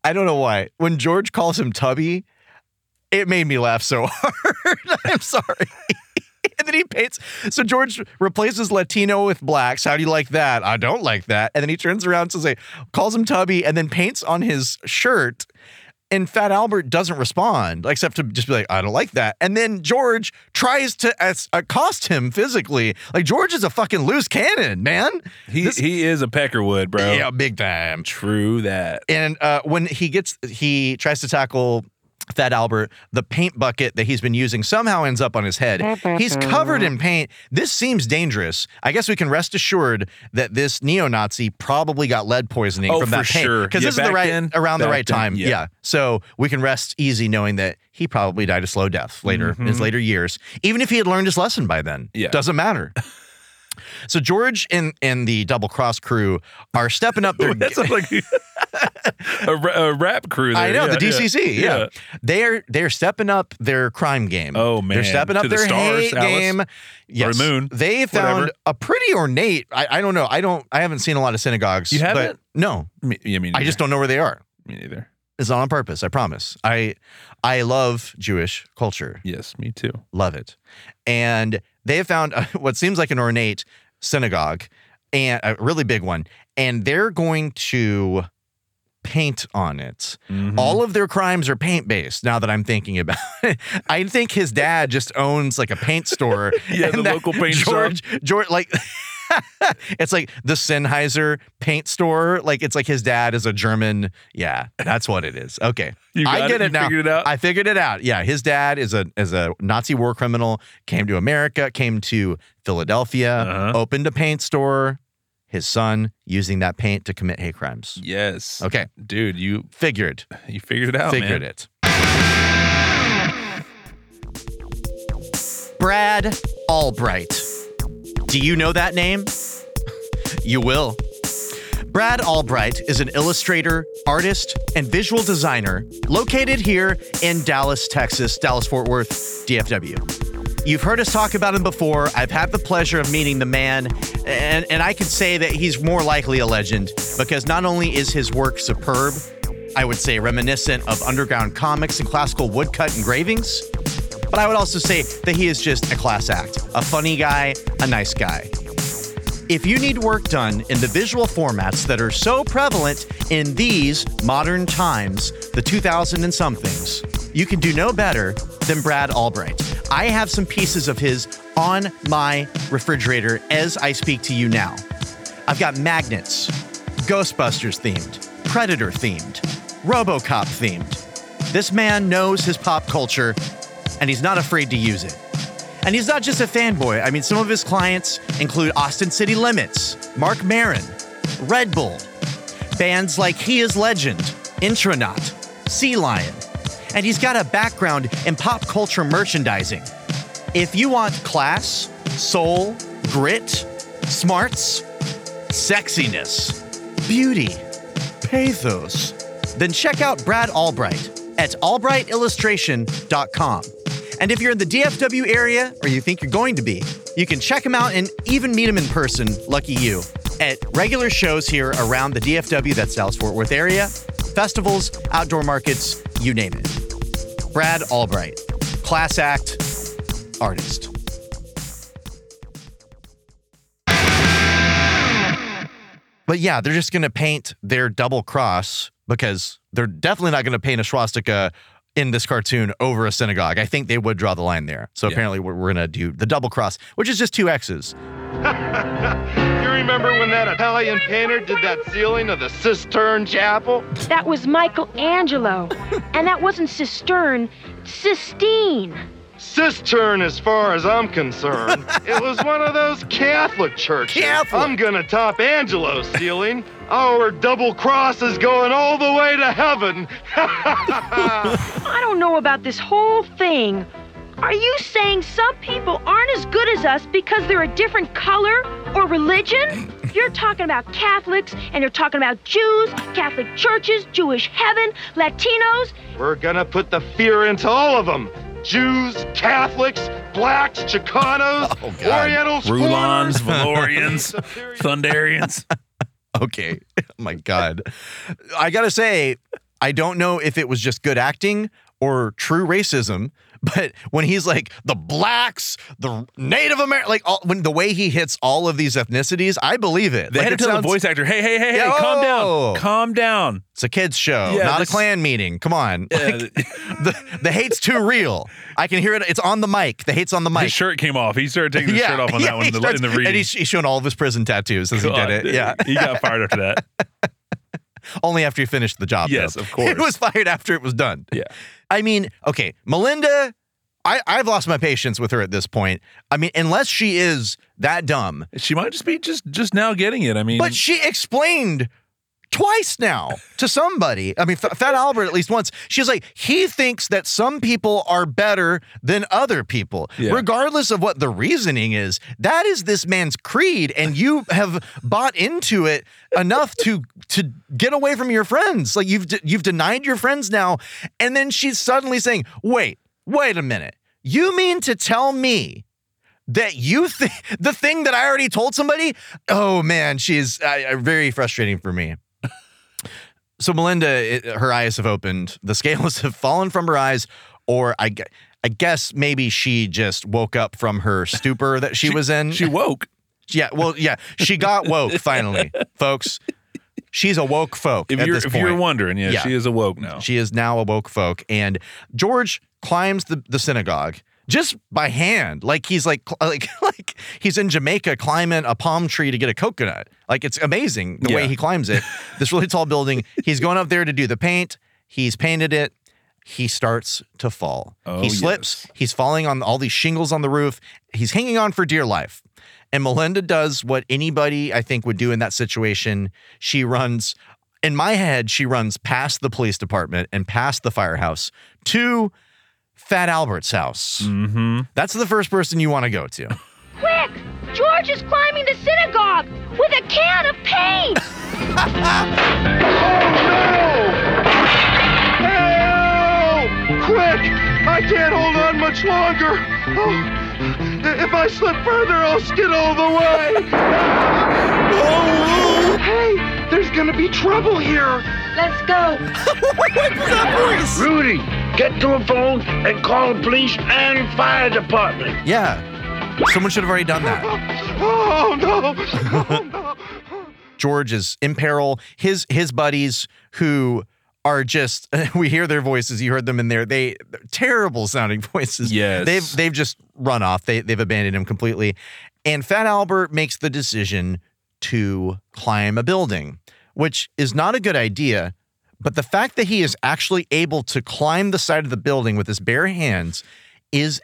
Speaker 2: I don't know why, when George calls him Tubby, it made me laugh so hard. I'm sorry. and then he paints. So George replaces Latino with blacks. How do you like that? I don't like that. And then he turns around to say, calls him Tubby, and then paints on his shirt. And Fat Albert doesn't respond, except to just be like, I don't like that. And then George tries to ass- accost him physically. Like, George is a fucking loose cannon, man.
Speaker 3: He
Speaker 2: This-
Speaker 3: he is a peckerwood, bro.
Speaker 2: Yeah, big time.
Speaker 3: True that.
Speaker 2: And uh, when he gets, he tries to tackle Fat Albert. The paint bucket that he's been using somehow ends up on his head. He's covered in paint. This seems dangerous. I guess we can rest assured that this neo-Nazi probably got lead poisoning
Speaker 3: Oh,
Speaker 2: from that
Speaker 3: for
Speaker 2: paint
Speaker 3: sure.
Speaker 2: because
Speaker 3: Yeah,
Speaker 2: this is the
Speaker 3: back
Speaker 2: right
Speaker 3: then-
Speaker 2: around the
Speaker 3: back
Speaker 2: right
Speaker 3: then,
Speaker 2: time.
Speaker 3: yeah.
Speaker 2: Yeah. So we can rest easy knowing that he probably died a slow death later in his later years. Even if he had learned his lesson by then,
Speaker 3: Mm-hmm. Yeah.
Speaker 2: doesn't matter. So George and and the double cross crew are stepping up their.
Speaker 3: That sounds like a, ra- a rap crew. There.
Speaker 2: I know
Speaker 3: Yeah,
Speaker 2: the
Speaker 3: yeah.
Speaker 2: DCC. Yeah.
Speaker 3: Yeah.
Speaker 2: they are they're stepping up their crime game.
Speaker 3: Oh, man.
Speaker 2: they're stepping up
Speaker 3: To the
Speaker 2: their
Speaker 3: stars,
Speaker 2: hate
Speaker 3: Alice.
Speaker 2: game.
Speaker 3: Or
Speaker 2: Yes,
Speaker 3: the moon.
Speaker 2: They found
Speaker 3: Whatever.
Speaker 2: a pretty ornate. I, I don't know. I don't. I haven't seen a lot of synagogues.
Speaker 3: You
Speaker 2: but-
Speaker 3: haven't?
Speaker 2: no,
Speaker 3: Me, yeah, me
Speaker 2: I just don't know where they are.
Speaker 3: Me neither.
Speaker 2: It's not on purpose. I promise. I I love Jewish culture.
Speaker 3: Yes, me too.
Speaker 2: Love it, and they have found uh what seems like an ornate synagogue and a really big one, and they're going to paint on it.
Speaker 3: Mhm.
Speaker 2: All of their crimes are paint based. Now that I'm thinking about it, I think his dad just owns like a paint store.
Speaker 3: Yeah,
Speaker 2: and
Speaker 3: the
Speaker 2: that
Speaker 3: local paint shop.
Speaker 2: George, George, like. it's like the Sennheiser paint store. Like it's like his dad is a German. Yeah, that's what it is. Okay,
Speaker 3: You got
Speaker 2: I get it,
Speaker 3: it? You
Speaker 2: now.
Speaker 3: figured it out?
Speaker 2: I figured it out. Yeah, his dad is a is a Nazi war criminal. Came to America. Came to Philadelphia.
Speaker 3: Uh-huh.
Speaker 2: Opened a paint store. His son using that paint to commit hate crimes.
Speaker 3: Yes.
Speaker 2: Okay,
Speaker 3: Dude, you
Speaker 2: figured,
Speaker 3: you figured it out.
Speaker 2: figured
Speaker 3: man.
Speaker 2: it. Brad Albright. Do you know that name? You will. Brad Albright is an illustrator, artist, and visual designer located here in Dallas, Texas, Dallas Fort Worth, DFW. You've heard us talk about him before. I've had the pleasure of meeting the man, and, and I can say that he's more likely a legend because not only is his work superb, I would say reminiscent of underground comics and classical woodcut engravings, but I would also say that he is just a class act, a funny guy, a nice guy. If you need work done in the visual formats that are so prevalent in these modern times, the 2000 and somethings, you can do no better than Brad Albright. I have some pieces of his on my refrigerator as I speak to you now. I've got magnets, Ghostbusters themed, Predator themed, Robocop themed. This man knows his pop culture and he's not afraid to use it. And he's not just a fanboy. I mean, some of his clients include Austin City Limits, Mark Marin, Red Bull, bands like He Is Legend, Intronaut, Sea Lion, and he's got a background in pop culture merchandising. If you want class, soul, grit, smarts, sexiness, beauty, pathos, then check out Brad Albright at albrightillustration.com. And if you're in the DFW area, or you think you're going to be, you can check him out and even meet him in person, lucky you, at regular shows here around the DFW, that's Dallas Fort Worth area, festivals, outdoor markets, you name it. Brad Albright, class act, artist. But yeah, they're just going to paint their double cross because they're definitely not going to paint a swastika in this cartoon over a synagogue. I think they would draw the line there. So apparently, we're, we're going to do the double cross, which is just two X's.
Speaker 11: You remember when that Italian painter did that ceiling of the Cistern Chapel?
Speaker 6: That was Michelangelo. and that wasn't Cistern, Sistine.
Speaker 11: Cistern, as far as I'm concerned, it was one of those Catholic churches. I'm gonna top Angelo's ceiling. Our double cross is going all the way to heaven.
Speaker 6: I don't know about this whole thing. Are you saying some people aren't as good as us because they're a different color or religion? You're talking about Catholics and you're talking about Jews, Catholic churches, Jewish heaven, Latinos.
Speaker 11: We're gonna put the fear into all of them. Jews, Catholics, blacks, Chicanos, Orientals,
Speaker 3: Rulons,
Speaker 11: foreigners.
Speaker 3: Valorians, Thundarians.
Speaker 2: okay. Oh My God. I got to say, I don't know if it was just good acting or true racism, but when he's like the blacks, the Native American, like all, when the way he hits all of these ethnicities, I believe it.
Speaker 3: They
Speaker 2: like,
Speaker 3: had to
Speaker 2: it
Speaker 3: tell
Speaker 2: sounds-
Speaker 3: the voice actor, "Hey, hey, hey, hey,
Speaker 2: Yeah,
Speaker 3: calm
Speaker 2: oh.
Speaker 3: down, calm down."
Speaker 2: It's a kids show,
Speaker 3: Yeah,
Speaker 2: not a
Speaker 3: this-
Speaker 2: clan meeting. Come on,
Speaker 3: Yeah,
Speaker 2: Like, the, the hate's too real. I can hear it. It's on the mic. The hate's on the mic.
Speaker 3: His shirt came off. He started taking his shirt off on that one
Speaker 2: he
Speaker 3: in the,
Speaker 2: starts-
Speaker 3: in the reading.
Speaker 2: And he's, he's shown all of his prison tattoos as
Speaker 3: God,
Speaker 2: he did it. Yeah.
Speaker 3: he got fired after that.
Speaker 2: Only after he finished the job.
Speaker 3: Yes,
Speaker 2: though.
Speaker 3: of course.
Speaker 2: It was fired after it was done.
Speaker 3: Yeah.
Speaker 2: I mean, okay, Melinda, I, I've lost my patience with her at this point. I mean, unless she is that dumb.
Speaker 3: She might just be just just now getting it. I mean,
Speaker 2: But she explained twice now to somebody. I mean, F- Fat Albert at least once. She's like, he thinks that some people are better than other people,
Speaker 3: Yeah.
Speaker 2: regardless of what the reasoning is. That is this man's creed, and you have bought into it enough to to get away from your friends. Like you've de- you've denied your friends now, and then she's suddenly saying, "Wait, wait a minute. You mean to tell me?" that you think the thing that I already told somebody. Oh man, she's uh, very frustrating for me. so Melinda, it, her eyes have opened. The scales have fallen from her eyes, or I, gue- I guess maybe she just woke up from her stupor that she, was in.
Speaker 3: she woke.
Speaker 2: yeah, well, yeah, she got woke finally, folks. She's a woke folk
Speaker 3: If
Speaker 2: at
Speaker 3: you're
Speaker 2: this
Speaker 3: if
Speaker 2: point.
Speaker 3: you're wondering, yeah,
Speaker 2: Yeah.
Speaker 3: she is awoke now.
Speaker 2: She is now a woke folk. And George climbs the, the synagogue just by hand. Like he's like, cl- like, like he's in Jamaica climbing a palm tree to get a coconut. Like it's amazing the way
Speaker 3: Yeah.
Speaker 2: he climbs it. This really tall building. He's going up there to do the paint. He's painted it. He starts to fall.
Speaker 3: Oh,
Speaker 2: he slips.
Speaker 3: yes.
Speaker 2: He's falling on all these shingles on the roof. He's hanging on for dear life. And Melinda does what anybody I think would do in that situation. She runs, in my head, she runs past the police department and past the firehouse to Fat Albert's house.
Speaker 3: Mm-hmm.
Speaker 2: That's the first person you want to go to.
Speaker 6: Quick! George is climbing the synagogue with a can of paint!
Speaker 11: Oh, Help! Quick! I can't hold on much longer. Oh, i- if I slip further, I'll skid all the way. oh, hey, there's gonna be trouble here.
Speaker 6: Let's go.
Speaker 1: Rudy, get to a phone and call the police and fire department.
Speaker 2: Yeah. Someone should have already done that.
Speaker 11: Oh no! Oh no!
Speaker 2: George is in peril. His his buddies who are just we hear their voices. You heard them in there. They they're terrible sounding voices.
Speaker 3: Yes.
Speaker 2: they've they've just run off. They they've abandoned him completely. And Fat Albert makes the decision to climb a building, which is not a good idea. But the fact that he is actually able to climb the side of the building with his bare hands is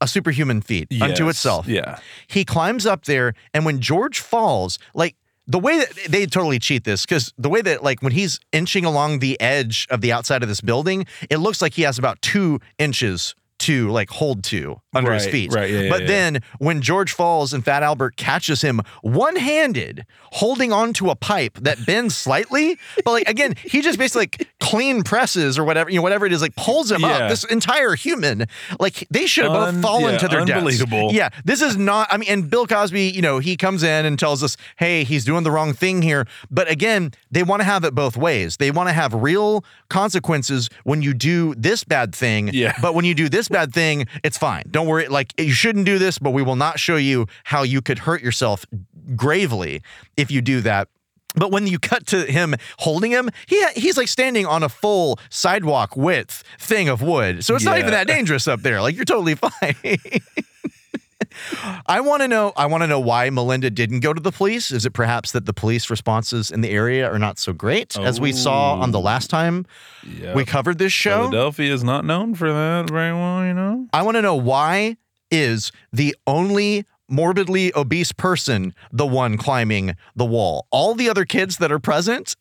Speaker 2: a superhuman feat unto
Speaker 3: Yes.
Speaker 2: itself.
Speaker 3: Yeah.
Speaker 2: He climbs up there, and when George falls, like the way that they totally cheat this, because the way that, like, when he's inching along the edge of the outside of this building, it looks like he has about two inches to like hold to under his
Speaker 3: Right,
Speaker 2: feet.
Speaker 3: right, yeah, yeah,
Speaker 2: but
Speaker 3: yeah.
Speaker 2: then when George falls and Fat Albert catches him one handed, holding onto a pipe that bends slightly, but like again, he just basically like clean presses or whatever, you know, whatever it is, like pulls him
Speaker 3: Yeah.
Speaker 2: up. This entire human, like they should have both
Speaker 3: Un-
Speaker 2: fallen
Speaker 3: yeah,
Speaker 2: to their deaths.
Speaker 3: unbelievable.
Speaker 2: Yeah, this is not. I mean, and Bill Cosby, you know, he comes in and tells us, "Hey, he's doing the wrong thing here." But again, they want to have it both ways. They want to have real consequences when you do this bad thing.
Speaker 3: Yeah.
Speaker 2: But when you do this bad thing, it's fine. Don't worry. Like you shouldn't do this, but we will not show you how you could hurt yourself gravely if you do that. But when you cut to him holding him, he he's like standing on a full sidewalk width thing of wood. So it's not even
Speaker 3: Yeah.
Speaker 2: that dangerous up there. Like you're totally fine. I want to know. I want to know why Melinda didn't go to the police. Is it perhaps that the police responses in the area are not so great as we saw on the last time we covered this show?
Speaker 3: Philadelphia is not known for that very well, you know.
Speaker 2: I want to know why is the only morbidly obese person the one climbing the wall? All the other kids that are present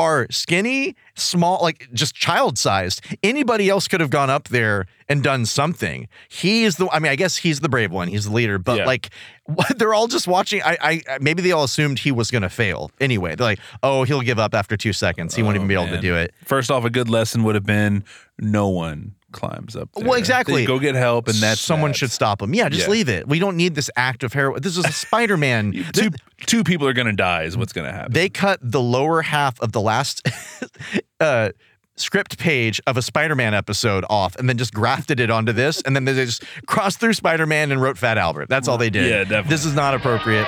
Speaker 2: are skinny, small, like just child sized. Anybody else could have gone up there and done something. He is the, I mean, I guess he's the brave one. He's the leader, but
Speaker 3: Yeah.
Speaker 2: like they're all just watching. I, I, maybe they all assumed he was going to fail anyway. They're like, oh, he'll give up after two seconds. He won't even be able to
Speaker 3: Oh, man.
Speaker 2: do it.
Speaker 3: First off, a good lesson would have been no one climbs up. There.
Speaker 2: Well, exactly.
Speaker 3: They go get help, and that's
Speaker 2: someone
Speaker 3: that.
Speaker 2: should stop him. Yeah, just
Speaker 3: Yeah.
Speaker 2: leave it. We don't need this act of heroin. This is a Spider-Man.
Speaker 3: Two two people are gonna die is what's gonna happen.
Speaker 2: they cut the lower half of the last uh, script page of a Spider-Man episode off, and then just grafted it onto this, and then they just crossed through Spider-Man and wrote Fat Albert. That's all they did.
Speaker 3: Yeah, definitely.
Speaker 2: This is not appropriate.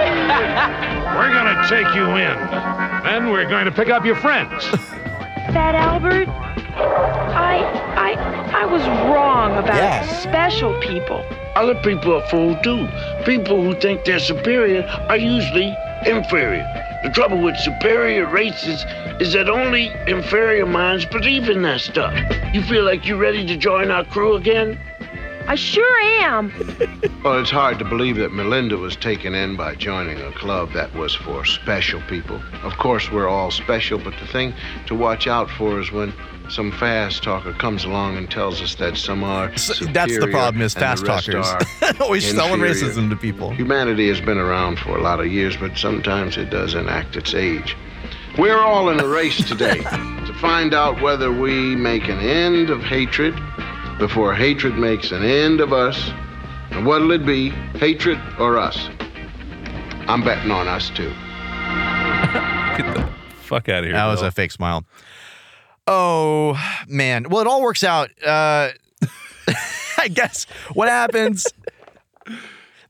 Speaker 10: We're gonna take you in. Then we're going to pick up your friends.
Speaker 6: Fat Albert, I I I was wrong about
Speaker 1: Yes.
Speaker 6: special people.
Speaker 1: Other people are fooled too. People who think they're superior are usually inferior. The trouble with superior races is that only inferior minds believe in that stuff. You feel like you're ready to join our crew again?
Speaker 6: I sure am.
Speaker 12: Well, it's hard to believe that Melinda was taken in by joining a club that was for special people. Of course, we're all special, but the thing to watch out for is when some fast talker comes along and tells us that some are.
Speaker 2: That's the
Speaker 12: superior
Speaker 2: problem is
Speaker 12: and the
Speaker 2: fast
Speaker 12: rest
Speaker 2: talkers
Speaker 12: are
Speaker 2: always selling
Speaker 12: inferior.
Speaker 2: racism to people.
Speaker 12: Humanity has been around for a lot of years, but sometimes it does enact its age. We're all in a race today to find out whether we make an end of hatred before hatred makes an end of us. And what'll it be, hatred or us? I'm betting on us too.
Speaker 3: Get the fuck out of here.
Speaker 2: That was
Speaker 3: Bill.
Speaker 2: a fake smile. Oh man. Well, it all works out. Uh, I guess what happens.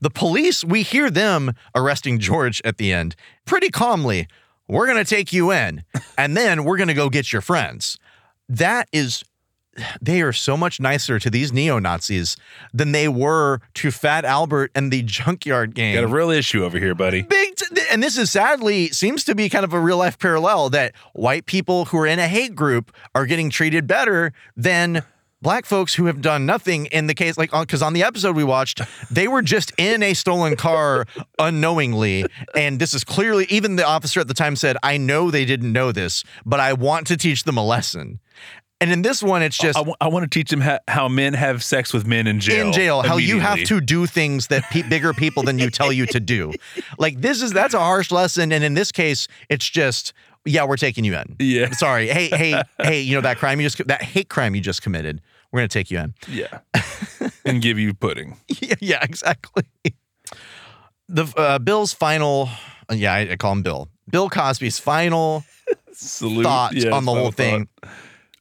Speaker 2: The police, we hear them arresting George at the end pretty calmly. We're going to take you in and then we're going to go get your friends. That is, they are so much nicer to these neo Nazis than they were to Fat Albert and the junkyard gang
Speaker 3: Got a real issue over here, buddy.
Speaker 2: big t- th- and this is sadly seems to be kind of a real life parallel that white people who are in a hate group are getting treated better than black folks who have done nothing in the case like because on the episode we watched they were just in a stolen car unknowingly and this is clearly even the officer at the time said i know they didn't know this but i want to teach them a lesson and in this one it's just
Speaker 3: I, want to teach them how, how men have sex with men in jail.
Speaker 2: in jail how you have
Speaker 3: immediately.
Speaker 2: to do things that pe- bigger people than you tell you to do like this is that's a harsh lesson and in this case it's just yeah we're taking you in
Speaker 3: Yeah.
Speaker 2: sorry hey hey hey you know that crime you just that hate crime you just committed we're gonna take you in
Speaker 3: Yeah. and give you pudding.
Speaker 2: yeah, yeah exactly the uh, bill's final yeah I, I call him bill bill cosby's final
Speaker 3: Salute.
Speaker 2: thought
Speaker 3: Yeah,
Speaker 2: on the
Speaker 3: final
Speaker 2: whole thing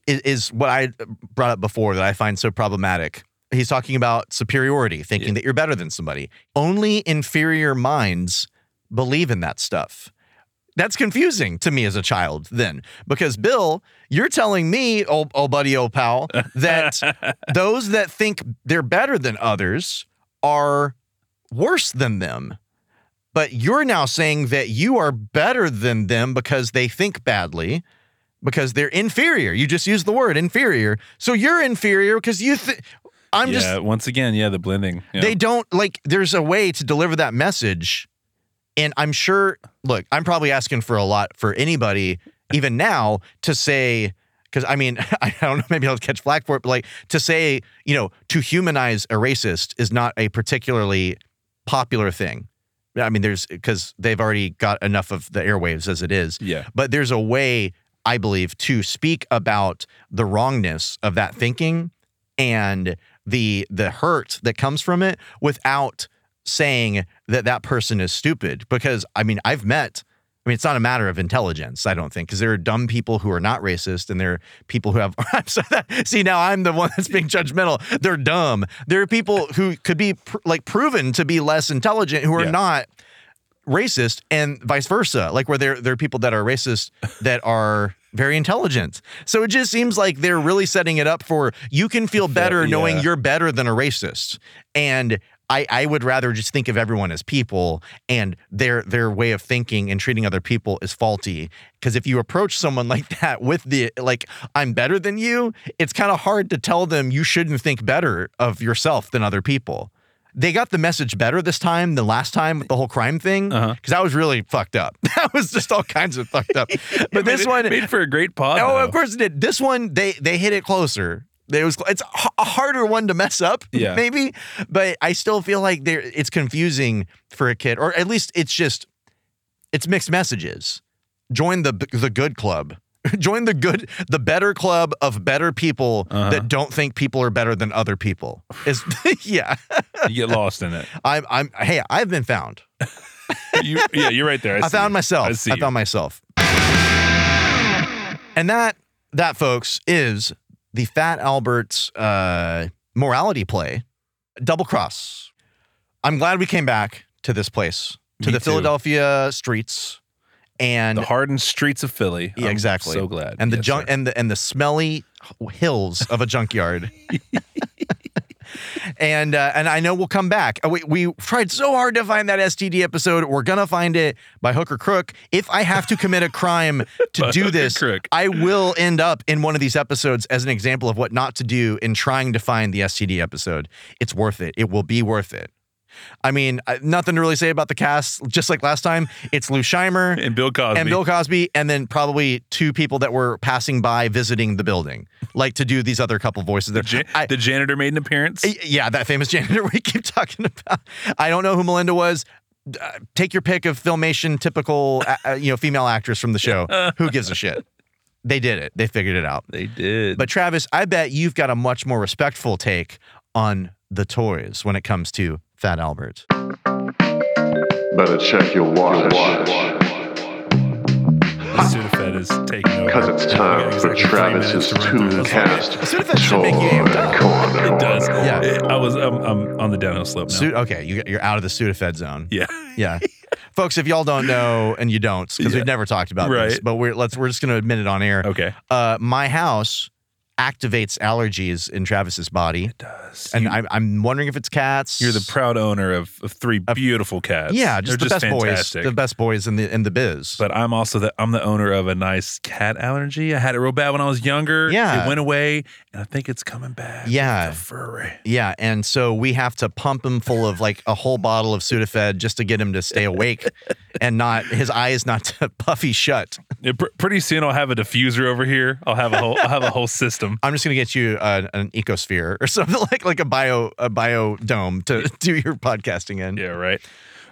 Speaker 2: is, is what I brought up before that I find so problematic. He's talking about superiority, thinking that you're better than somebody. Only inferior minds believe in that stuff. That's confusing to me as a child then, because Bill, you're telling me, oh, oh buddy, oh pal, that those that think they're better than others are worse than them. But you're now saying that you are better than them because they think badly, because they're inferior. You just used the word inferior. So you're inferior because you think. I'm
Speaker 3: yeah,
Speaker 2: just
Speaker 3: once again, yeah, the blending. Yeah.
Speaker 2: they don't like there's a way to deliver that message. And I'm sure, look, I'm probably asking for a lot for anybody, even now, to say, because I mean, I don't know, maybe I'll catch flack for it, but like to say, you know, to humanize a racist is not a particularly popular thing. I mean, there's because they've already got enough of the airwaves as it is.
Speaker 3: Yeah.
Speaker 2: But there's a way, I believe, to speak about the wrongness of that thinking and the the hurt that comes from it without saying that that person is stupid because I mean I've met I mean it's not a matter of intelligence I don't think because there are dumb people who are not racist and there are people who have I'm sorry, that, see now I'm the one that's being judgmental they're dumb there are people who could be pr- like proven to be less intelligent who are
Speaker 3: Yeah.
Speaker 2: not racist and vice versa like where there there are people that are racist that are very intelligent so it just seems like they're really setting it up for you can feel better knowing
Speaker 3: yeah.
Speaker 2: you're better than a racist and I, I would rather just think of everyone as people and their their way of thinking and treating other people is faulty because if you approach someone like that with the like I'm better than you it's kind of hard to tell them you shouldn't think better of yourself than other people they got the message better this time than last time with the whole crime thing
Speaker 3: Uh-huh.
Speaker 2: because that was really fucked up. That was just all kinds of fucked up. But this one
Speaker 3: made for a great pod.
Speaker 2: Oh,
Speaker 3: though.
Speaker 2: of course it did. This one they they hit it closer. It was it's a a harder one to mess up,
Speaker 3: Yeah.
Speaker 2: maybe. But I still feel like there it's confusing for a kid, or at least it's just it's mixed messages. Join the the good club. Join the good, the better club of better people that don't think people are better than other people. Is yeah.
Speaker 3: you get lost in it.
Speaker 2: I'm, I'm, hey, I've been found.
Speaker 3: You, yeah, you're right there.
Speaker 2: I,
Speaker 3: I, see
Speaker 2: found
Speaker 3: you.
Speaker 2: myself.
Speaker 3: I
Speaker 2: I,
Speaker 3: see you.
Speaker 2: found myself. And that, that, folks, is the Fat Albert's uh, morality play, Double Cross. I'm glad we came back to this place, to
Speaker 3: Me
Speaker 2: the
Speaker 3: too.
Speaker 2: Philadelphia streets, and
Speaker 3: the hardened streets of Philly.
Speaker 2: yeah,
Speaker 3: I'm
Speaker 2: exactly.
Speaker 3: So glad.
Speaker 2: And the
Speaker 3: Yes,
Speaker 2: junk
Speaker 3: sir.
Speaker 2: and the and the smelly hills of a junkyard. and uh, and I know we'll come back. Uh, We we tried so hard to find that STD episode. We're gonna find it by hook or crook. If I have to commit a crime to
Speaker 3: By
Speaker 2: do
Speaker 3: hook or
Speaker 2: this,
Speaker 3: crook.
Speaker 2: I will end up in one of these episodes as an example of what not to do in trying to find the STD episode. It's worth it. It will be worth it. I mean, I- nothing to really say about the cast. Just like last time, it's Lou Scheimer
Speaker 3: and Bill Cosby.
Speaker 2: and Bill Cosby, and then probably two people that were passing by visiting the building, like to do these other couple voices. There,
Speaker 3: Ja-
Speaker 2: I-
Speaker 3: the janitor made an appearance.
Speaker 2: yeah, that famous janitor we keep talking about. I don't know who Melinda was. Uh, take your pick of filmation, typical, uh, uh, you know, female actress from the show. who gives a shit? They did it. They figured it out.
Speaker 3: They did.
Speaker 2: But Travis, I bet you've got a much more respectful take on the toys when it comes to Fat Albert.
Speaker 11: Better check your watch.
Speaker 3: Sudafed is taking over.
Speaker 11: Because it's time for Travis's Tooncast Corner.
Speaker 3: It does.
Speaker 2: Yeah.
Speaker 3: It- I was. I'm, I'm on the downhill slope now.
Speaker 2: Suit. Okay, you, you're out of the Sudafed zone.
Speaker 3: yeah.
Speaker 2: Yeah. Folks, if y'all don't know, and you don't, because
Speaker 3: Yeah.
Speaker 2: we've never talked about this,
Speaker 3: Right.
Speaker 2: but we're let's we're just gonna admit it on air.
Speaker 3: Okay.
Speaker 2: Uh, my house activates allergies in Travis's body. It
Speaker 3: does.
Speaker 2: And I'm, I'm wondering if it's cats.
Speaker 3: You're the proud owner of, of three beautiful cats.
Speaker 2: yeah, just
Speaker 3: They're
Speaker 2: the
Speaker 3: just
Speaker 2: best
Speaker 3: fantastic.
Speaker 2: boys, the best boys in the in the biz.
Speaker 3: but I'm also the I'm the owner of a nice cat allergy. I had it real bad when I was younger.
Speaker 2: Yeah.
Speaker 3: It went away and I think it's coming back.
Speaker 2: Yeah.
Speaker 3: It's a furry.
Speaker 2: Yeah, and so we have to pump him full of like a whole bottle of Sudafed just to get him to stay awake and not his eyes not to puffy shut.
Speaker 3: Yeah, pr- pretty soon I'll have a diffuser over here. I'll have a whole I'll have a whole system.
Speaker 2: I'm just gonna get you an, an ecosphere or something like like a bio a biodome to do your podcasting in.
Speaker 3: Yeah, right.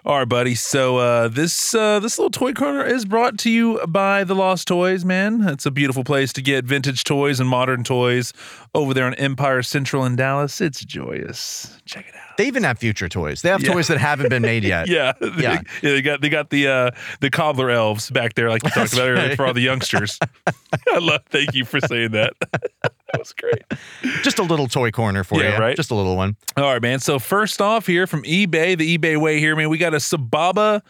Speaker 3: All right, buddy. So uh, this uh, this little toy corner is brought to you by the Lost Toys, man. It's a beautiful place to get vintage toys and modern toys over there on Empire Central in Dallas. It's joyous. Check it out.
Speaker 2: They even have future toys. They have
Speaker 3: Yeah.
Speaker 2: toys that haven't been made yet.
Speaker 3: Yeah,
Speaker 2: Yeah.
Speaker 3: They, they got they got the uh, the cobbler elves back there, like you talked about earlier,
Speaker 2: right.
Speaker 3: for all the youngsters. I love. Thank you for saying that. that was great.
Speaker 2: Just a little toy corner for
Speaker 3: Yeah,
Speaker 2: you.
Speaker 3: right?
Speaker 2: Just a little one.
Speaker 3: All right, man. So first off, here from eBay, the eBay way here, man, we got a Sababa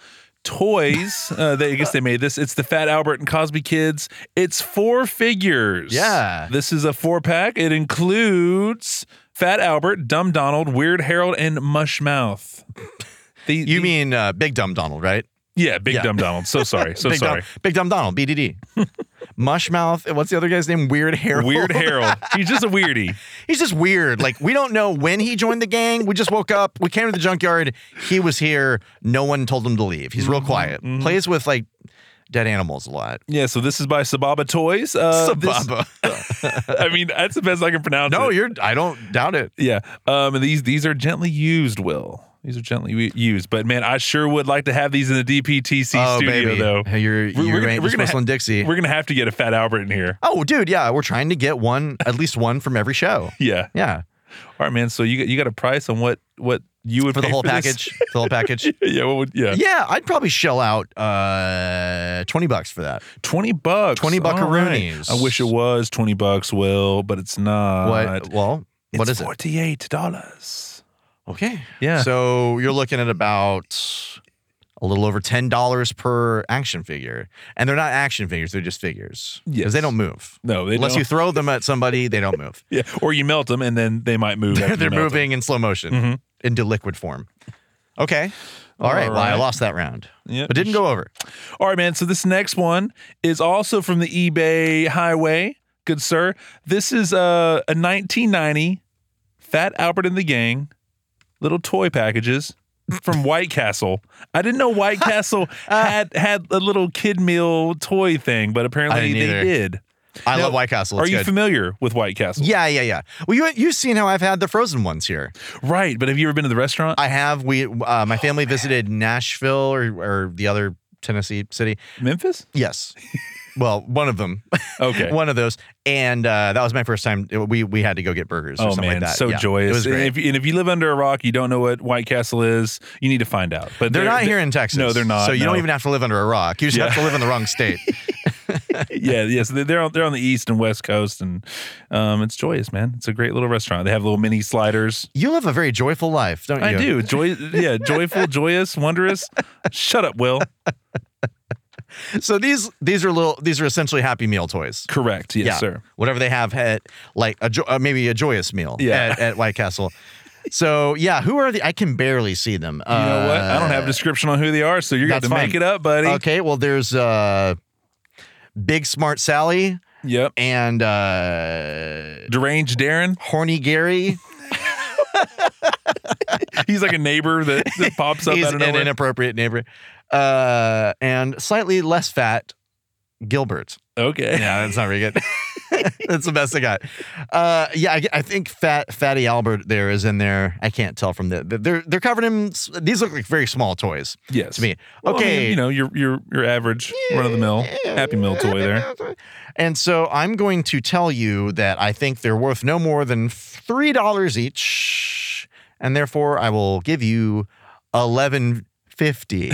Speaker 3: toys. Uh, they, I guess they made this. It's the Fat Albert and Cosby Kids. It's four figures.
Speaker 2: Yeah.
Speaker 3: This is a four pack. It includes Fat Albert, Dumb Donald, Weird Harold, and Mushmouth. Mm.
Speaker 2: you mean uh, Big Dumb Donald, right?
Speaker 3: Yeah, Big
Speaker 2: Yeah.
Speaker 3: Dumb Donald. So sorry. So
Speaker 2: Big
Speaker 3: sorry.
Speaker 2: Dumb, Big Dumb Donald, BDD. Mushmouth. and What's the other guy's name? Weird Harold.
Speaker 3: Weird Harold. He's just a weirdie.
Speaker 2: He's just weird. Like we don't know when he joined the gang. We just woke up. We came to the junkyard. He was here. No one told him to leave. He's
Speaker 3: Mm-hmm,
Speaker 2: real quiet. Plays with like dead animals a lot.
Speaker 3: Yeah, so this is by Sababa Toys. Uh, this-
Speaker 2: Sababa.
Speaker 3: I mean, that's the best I can pronounce.
Speaker 2: No,
Speaker 3: it.
Speaker 2: you're. I don't doubt it.
Speaker 3: Yeah, um, and these these are gently used. Will these are gently u- used? But man, I sure would like to have these in the DPTC
Speaker 2: Oh,
Speaker 3: studio
Speaker 2: baby.
Speaker 3: though.
Speaker 2: Hey, You're, you
Speaker 3: gonna-
Speaker 2: ain't just
Speaker 3: gonna ha-
Speaker 2: whistling Dixie.
Speaker 3: We're gonna have to get a Fat Albert in here.
Speaker 2: Oh, dude, yeah, we're trying to get one, at least one from every show.
Speaker 3: Yeah.
Speaker 2: Yeah,
Speaker 3: All right, man. So you got- you got a price on what what you would
Speaker 2: for the
Speaker 3: pay
Speaker 2: whole
Speaker 3: this?
Speaker 2: package, for the whole package.
Speaker 3: yeah. What would, yeah.
Speaker 2: Yeah, I'd probably shell out uh, twenty bucks for that.
Speaker 3: Twenty bucks.
Speaker 2: 20
Speaker 3: All
Speaker 2: buckaroonies.
Speaker 3: I wish it was twenty bucks, Will, but it's not.
Speaker 2: What? Well, what
Speaker 3: It's
Speaker 2: is it?
Speaker 3: Forty-eight dollars.
Speaker 2: Okay.
Speaker 3: Yeah.
Speaker 2: So you're looking at about a little over ten dollars per action figure, and they're not action figures; they're just figures because
Speaker 3: Yes.
Speaker 2: they don't move.
Speaker 3: No, they
Speaker 2: Unless
Speaker 3: don't.
Speaker 2: you throw them at somebody, they don't move.
Speaker 3: Yeah, or you melt them and then they might move. after you
Speaker 2: they're
Speaker 3: melt them.
Speaker 2: moving in slow motion
Speaker 3: Mm-hmm.
Speaker 2: into liquid form. Okay. All right.
Speaker 3: All
Speaker 2: Well, I
Speaker 3: right.
Speaker 2: lost that round.
Speaker 3: Yep.
Speaker 2: But didn't go over.
Speaker 3: All right, man. So this next one is also from the eBay highway. Good sir. This is uh, a 1990 Fat Albert and the Gang little toy packages from White Castle. I didn't know White Castle had had a little kid meal toy thing, but apparently
Speaker 2: didn't
Speaker 3: they
Speaker 2: either.
Speaker 3: did.
Speaker 2: I
Speaker 3: Now,
Speaker 2: love White Castle.
Speaker 3: Are
Speaker 2: It's
Speaker 3: you
Speaker 2: good.
Speaker 3: familiar with White Castle?
Speaker 2: Yeah, yeah, yeah. Well, you you've seen how I've had the frozen ones here.
Speaker 3: Right, but have you ever been to the restaurant?
Speaker 2: I have. We uh, my family visited Nashville or or the other Tennessee city.
Speaker 3: Memphis?
Speaker 2: Yes. Well, one of them.
Speaker 3: Okay.
Speaker 2: one of those, and uh, that was my first time. We we had to go get burgers or
Speaker 3: Oh
Speaker 2: something
Speaker 3: man,
Speaker 2: like that.
Speaker 3: so
Speaker 2: Yeah,
Speaker 3: joyous!
Speaker 2: It was great.
Speaker 3: And, if, and if you live under a rock, you don't know what White Castle is. You need to find out. But
Speaker 2: they're, not here in Texas.
Speaker 3: No, they're not.
Speaker 2: So you
Speaker 3: no.
Speaker 2: don't even have to live under a rock. You just
Speaker 3: Yeah.
Speaker 2: have to live in the wrong state.
Speaker 3: yeah, yes, they're on, they're on the east and west coast, and um, it's joyous, man. It's a great little restaurant. They have little mini sliders.
Speaker 2: You live a very joyful life, don't you?
Speaker 3: I do joy, yeah, joyful, joyous, wondrous. Shut up, Will.
Speaker 2: So these these are little these are essentially Happy Meal toys.
Speaker 3: Correct, yes, sir.
Speaker 2: Whatever they have at like a jo- uh, maybe a joyous meal
Speaker 3: Yeah.
Speaker 2: at, at White Castle. So yeah, who are the? I can barely see them.
Speaker 3: You know what? I don't have a
Speaker 2: to.
Speaker 3: description on who they are, so you're going to
Speaker 2: Uh, That's
Speaker 3: make
Speaker 2: fine.
Speaker 3: it up, buddy.
Speaker 2: Okay, well there's uh, Big Smart Sally
Speaker 3: Yep.
Speaker 2: and uh,
Speaker 3: Deranged Darren.
Speaker 2: Horny Gary.
Speaker 3: He's like a neighbor that, that pops up
Speaker 2: He's
Speaker 3: out of
Speaker 2: an
Speaker 3: nowhere.
Speaker 2: inappropriate neighbor, uh, and slightly less fat Gilbert.
Speaker 3: okay.
Speaker 2: Yeah, that's not very good. that's the best I got. Uh, yeah, I, I think Fat Fatty Albert there is in there. I can't tell from the they're they're covered in s- these look like very small toys
Speaker 3: Yes.
Speaker 2: to me.
Speaker 3: Well, I mean,
Speaker 2: Okay,
Speaker 3: you know your your your average run of the mill Happy Meal toy there.
Speaker 2: and so I'm going to tell you that I think they're worth no more than three dollars each, and therefore I will give you eleven fifty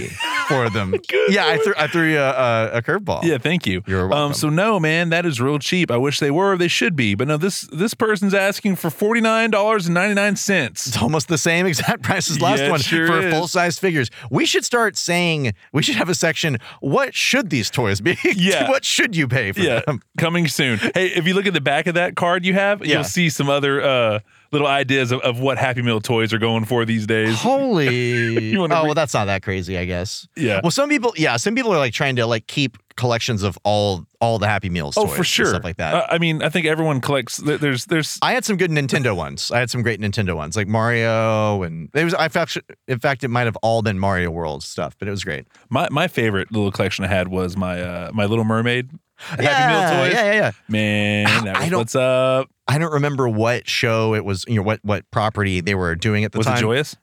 Speaker 2: for them. yeah, I threw I threw you a, a, a curveball.
Speaker 3: Yeah, thank you.
Speaker 2: You're welcome.
Speaker 3: Um, so no, man, that is real cheap. I wish they were. They should be. But no, this this person's asking for forty nine dollars and ninety nine cents.
Speaker 2: It's almost the same exact price as last
Speaker 3: Yeah, it
Speaker 2: one
Speaker 3: sure
Speaker 2: for
Speaker 3: is.
Speaker 2: full size figures. We should start saying we should have a section. What should these toys be?
Speaker 3: Yeah.
Speaker 2: what should you pay for
Speaker 3: Yeah,
Speaker 2: them?
Speaker 3: coming soon. Hey, if you look at the back of that card you have,
Speaker 2: Yeah.
Speaker 3: you'll see some other uh, little ideas of, of what Happy Meal toys are going for these days.
Speaker 2: Holy!
Speaker 3: You
Speaker 2: oh
Speaker 3: wanna re-
Speaker 2: well, that's not that crazy, I guess.
Speaker 3: Yeah.
Speaker 2: Well, some people, yeah, some people are like trying to like keep collections of all all the Happy Meals.
Speaker 3: oh,
Speaker 2: toys
Speaker 3: for
Speaker 2: and
Speaker 3: sure.
Speaker 2: stuff like that.
Speaker 3: Uh, I mean, I think everyone collects. there- There's there's
Speaker 2: I had some good Nintendo ones. I had some great Nintendo ones, like Mario, and it was. I fact, in fact, it might have all been Mario World stuff, but it was great.
Speaker 3: my my favorite little collection I had was my uh, my Little Mermaid Happy
Speaker 2: Yeah,
Speaker 3: Meal toys.
Speaker 2: yeah, yeah, yeah.
Speaker 3: Man, that
Speaker 2: Ah, I
Speaker 3: was
Speaker 2: don't-
Speaker 3: what's up.
Speaker 2: I don't remember what show it was. You know what what property they were doing at the
Speaker 3: Was
Speaker 2: time.
Speaker 3: it joyous?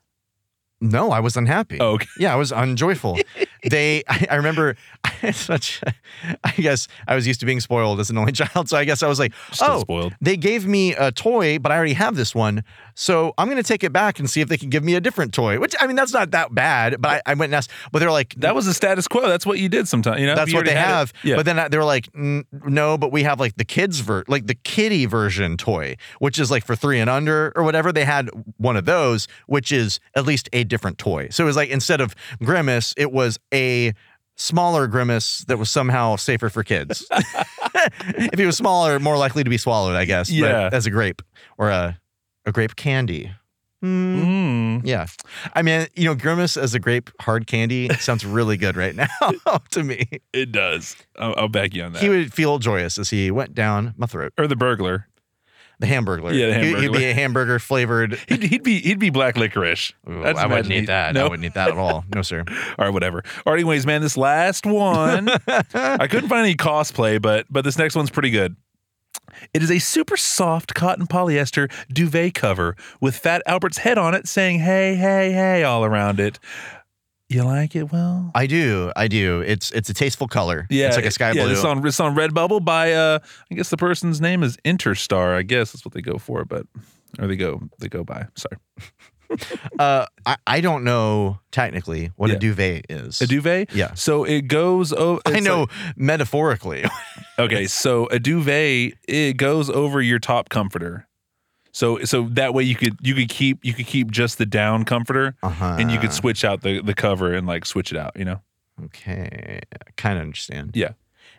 Speaker 2: No, I was unhappy.
Speaker 3: Oh, okay.
Speaker 2: Yeah, I was unjoyful. they, I, I remember, I, it's such. I guess I was used to being spoiled as an only child, so I guess I was like,
Speaker 3: Still
Speaker 2: oh,
Speaker 3: spoiled.
Speaker 2: they gave me a toy, but I already have this one, so I'm gonna take it back and see if they can give me a different toy. Which I mean, that's not that bad. But I, I went and asked, but they're like,
Speaker 3: That was the status quo. That's what you did sometimes. You know, if
Speaker 2: that's
Speaker 3: you
Speaker 2: what they
Speaker 3: already had it.
Speaker 2: have.
Speaker 3: Yeah.
Speaker 2: But then I- they were like, "N- no, but we have like the kids ver, like the kitty version toy, which is like for three and under or whatever. They had one of those, which is at least a different toy. So it was like instead of grimace, it was a smaller grimace that was somehow safer for kids. if he was smaller, more likely to be swallowed, I guess. but
Speaker 3: Yeah.
Speaker 2: as a grape or a a grape candy. Hmm.
Speaker 3: Mm.
Speaker 2: Yeah. I mean, you know, Grimace as a grape hard candy sounds really good right now to me.
Speaker 3: it does. I'll, I'll back you on that.
Speaker 2: He would feel joyous as he went down my throat.
Speaker 3: or the burglar.
Speaker 2: The hamburger.
Speaker 3: Yeah, the
Speaker 2: He'd be
Speaker 3: Hamburglar.
Speaker 2: a hamburger flavored.
Speaker 3: He'd, he'd be he'd be black licorice.
Speaker 2: Ooh,
Speaker 3: That's
Speaker 2: I
Speaker 3: what
Speaker 2: wouldn't
Speaker 3: I'd
Speaker 2: eat that. I
Speaker 3: No?
Speaker 2: wouldn't eat that at all. No, sir.
Speaker 3: All right, whatever. All right, anyways, man, this last one, I couldn't find any cosplay, but but this next one's pretty good. It is a super soft cotton polyester duvet cover with Fat Albert's head on it, saying "Hey, hey, hey" all around it. You like it? Well,
Speaker 2: I do. I do. It's it's a tasteful color.
Speaker 3: yeah,
Speaker 2: It's like a
Speaker 3: it-
Speaker 2: sky
Speaker 3: yeah,
Speaker 2: blue.
Speaker 3: It's on it's on Redbubble by uh, I guess the person's name is Interstar. I guess that's what they go for, but or they go they go by. Sorry,
Speaker 2: uh, I, I don't know technically what
Speaker 3: Yeah.
Speaker 2: a duvet is.
Speaker 3: a duvet.
Speaker 2: Yeah.
Speaker 3: So it goes. Oh,
Speaker 2: I
Speaker 3: it's
Speaker 2: know
Speaker 3: like-
Speaker 2: metaphorically.
Speaker 3: Okay, so a duvet it goes over your top comforter. So so that way you could you could keep you could keep just the down comforter
Speaker 2: Uh-huh.
Speaker 3: and you could switch out the the cover and like switch it out, you know.
Speaker 2: Okay. I kind of understand.
Speaker 3: Yeah.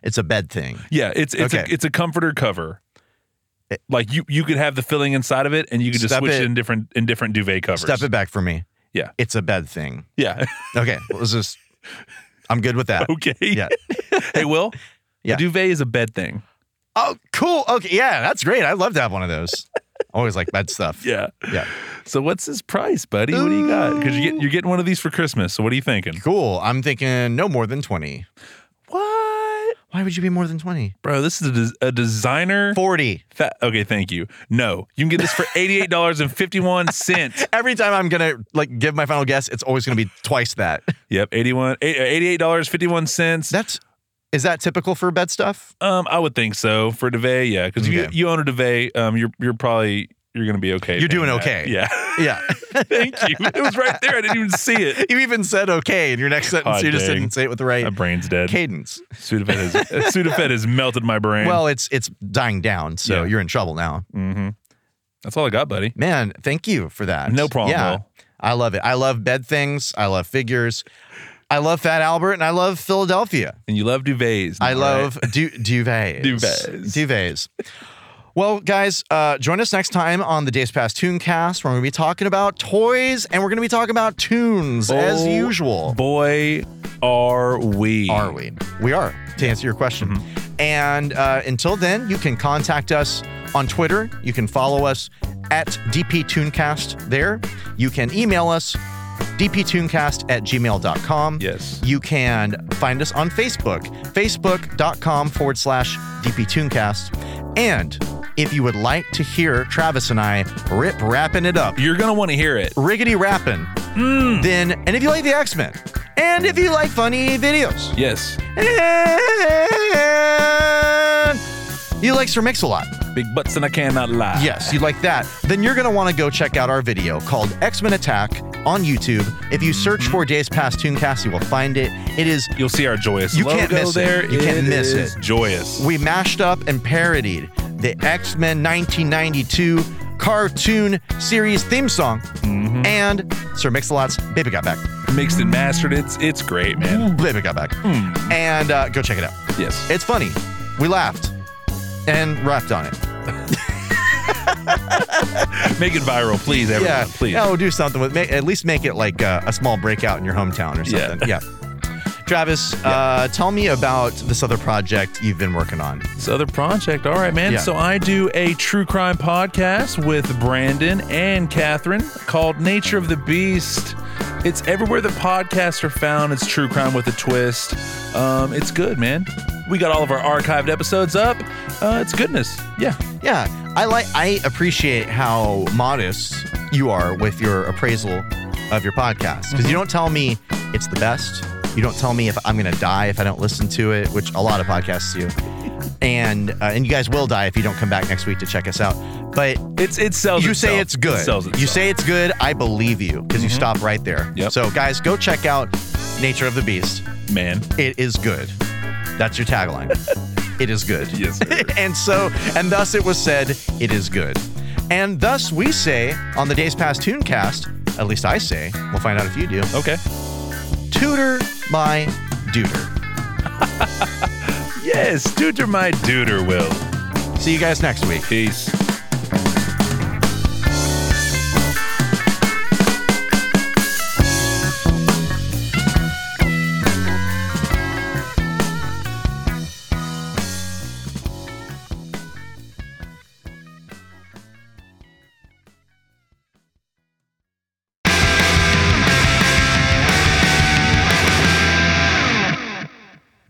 Speaker 2: It's a bed thing.
Speaker 3: Yeah, it's it's
Speaker 2: Okay. Eh.
Speaker 3: a, it's a comforter cover. Like you you could have the filling inside of it and you could just
Speaker 2: Step
Speaker 3: switch it,
Speaker 2: it-
Speaker 3: in different in different duvet covers.
Speaker 2: Step it back for me.
Speaker 3: Yeah.
Speaker 2: It's a bed thing.
Speaker 3: Yeah.
Speaker 2: Okay. Let's just, I'm good with that.
Speaker 3: okay.
Speaker 2: Yeah.
Speaker 3: hey Will.
Speaker 2: Yeah.
Speaker 3: A duvet is a bed thing.
Speaker 2: Oh, cool. Okay. Yeah. That's great. I love to have one of those. I always like bed stuff.
Speaker 3: Yeah.
Speaker 2: Yeah.
Speaker 3: So what's his price, buddy? What do you got? Cuz you get you're getting one of these for Christmas. So what are you thinking?
Speaker 2: Cool. I'm thinking no more than 20.
Speaker 3: What?
Speaker 2: Why would you be more than 20?
Speaker 3: Bro, this is a, des- a designer
Speaker 2: 40.
Speaker 3: Fa- okay, thank you. No, you can get this for eighty-eight dollars and fifty-one cents.
Speaker 2: Every time I'm gonna like give my final guess, it's always gonna be twice that.
Speaker 3: Yep, eighty-one, eight- eighty-eight dollars fifty-one cents.
Speaker 2: That's is that typical for bed stuff?
Speaker 3: Um, I would think so for duvet. Yeah, because you
Speaker 2: Okay.
Speaker 3: you own a duvet, um, you're you're probably you're gonna be okay.
Speaker 2: You're
Speaker 3: paying
Speaker 2: doing
Speaker 3: that.
Speaker 2: okay.
Speaker 3: Yeah,
Speaker 2: Yeah.
Speaker 3: thank you. It was right there. I didn't even see it.
Speaker 2: you even said okay in your next sentence.
Speaker 3: God
Speaker 2: you just
Speaker 3: dang.
Speaker 2: didn't say it with the right
Speaker 3: My brain's dead.
Speaker 2: cadence.
Speaker 3: Sudafed has Sudafed has melted my brain.
Speaker 2: Well, it's it's dying down, so
Speaker 3: Yeah.
Speaker 2: you're in trouble now.
Speaker 3: hmm that's all I got, buddy.
Speaker 2: Man, thank you for that.
Speaker 3: No problem,
Speaker 2: Yeah.
Speaker 3: Will.
Speaker 2: I love it. I love bed things. I love figures. I love Fat Albert and I love Philadelphia.
Speaker 3: And you love duvets.
Speaker 2: I
Speaker 3: all
Speaker 2: love
Speaker 3: right?
Speaker 2: du- duvets.
Speaker 3: Duvets.
Speaker 2: Duvets. Well, guys, uh, join us next time on the Days Past Tooncast. We're going to be talking about toys and we're going to be talking about tunes as
Speaker 3: Oh,
Speaker 2: usual.
Speaker 3: Boy, are we?
Speaker 2: Are we? We are, to answer your question. And uh, until then, you can contact us on Twitter. You can follow us at DPToonCast there. You can email us dptooncast at gmail.com.
Speaker 3: Yes.
Speaker 2: You can find us on Facebook, facebook.com forward slash dptooncast. And if you would like to hear Travis and I rip wrapping it up,
Speaker 3: You're gonna want to hear it.
Speaker 2: riggedy rapping, then, and if you like the X Men, and if you like funny videos,
Speaker 3: Yes,
Speaker 2: and you like Sir Mix a lot.
Speaker 3: big butts and I cannot lie.
Speaker 2: Yes, you like that. Then you're going to want to go check out our video called X Men Attack on YouTube. If you search for Days Past Tooncast, you will find it. It is,
Speaker 3: You'll see our joyous
Speaker 2: You
Speaker 3: logo
Speaker 2: can't miss it.
Speaker 3: there.
Speaker 2: You can't miss
Speaker 3: is
Speaker 2: it.
Speaker 3: Joyous.
Speaker 2: we mashed up and parodied the X Men 1992 cartoon series theme song and Sir Mix a Lot's Baby Got Back.
Speaker 3: Mixed and mastered. It's it's great, man.
Speaker 2: Baby Got Back. And uh, go check it out.
Speaker 3: Yes.
Speaker 2: It's funny. We laughed and rapped on it.
Speaker 3: Make it viral, please, everyone.
Speaker 2: yeah,
Speaker 3: Please.
Speaker 2: Oh, do something with. Make, at least make it like uh, a small breakout in your hometown or
Speaker 3: Yeah.
Speaker 2: something. Yeah. Travis, Uh, tell me about this other project you've been working on.
Speaker 3: This other project. All right, man.
Speaker 2: Yeah.
Speaker 3: So I do a true crime podcast with Brandon and Catherine called Nature of the Beast. It's everywhere the podcasts are found. It's true crime with a twist. Um, it's good, man. We got all of our archived episodes up. Uh, it's goodness. Yeah.
Speaker 2: Yeah, I like. I appreciate how modest Mm-hmm. you are with your appraisal of your podcast because you don't tell me it's the best. You don't tell me if I'm going to die if I don't listen to it, which a lot of podcasts do. And uh, and you guys will die if you don't come back next week to check us out. But
Speaker 13: it's it sells.
Speaker 2: You say
Speaker 13: itself.
Speaker 2: it's good.
Speaker 13: It sells
Speaker 2: you say it's good. I believe you because you
Speaker 13: Mhm.
Speaker 2: stop right there.
Speaker 13: Yep.
Speaker 2: So guys, go check out Nature of the Beast.
Speaker 13: Man,
Speaker 2: it is good. That's your tagline. it is good. Yes. and so and thus it was said, it is good. And thus we say on the Days Past Tooncast, at least I say, we'll find out if you do.
Speaker 13: Okay.
Speaker 2: Tutor my duder.
Speaker 13: yes, tutor my duder will.
Speaker 2: See you guys next week.
Speaker 13: Peace.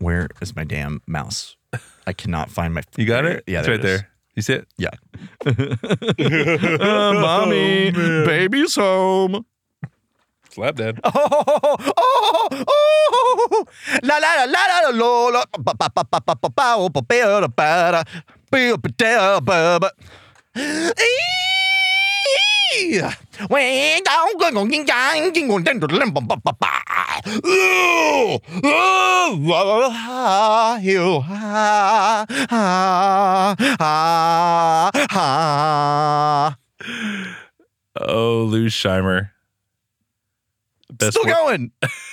Speaker 2: Where is my damn mouse? I cannot find my.
Speaker 13: You got it?
Speaker 2: Yeah,
Speaker 13: It's
Speaker 2: there
Speaker 13: right
Speaker 2: it is.
Speaker 13: there. You see it?
Speaker 2: Yeah. Uh, mommy, baby's home.
Speaker 13: Slap dad.
Speaker 2: Oh, oh, oh, la la la la la la la, ba ba ba ba ba ba ba ba ba da ba da, ba ba da ba ba. Eee! Wing dong gong gong ging dong ging gong ding dong lim bum bum ba ba. Ooh, ooh, la la la, you, ha, ha, ha, ha.
Speaker 13: Oh, Lou Scheimer. Best
Speaker 2: Still
Speaker 13: wor-
Speaker 2: going.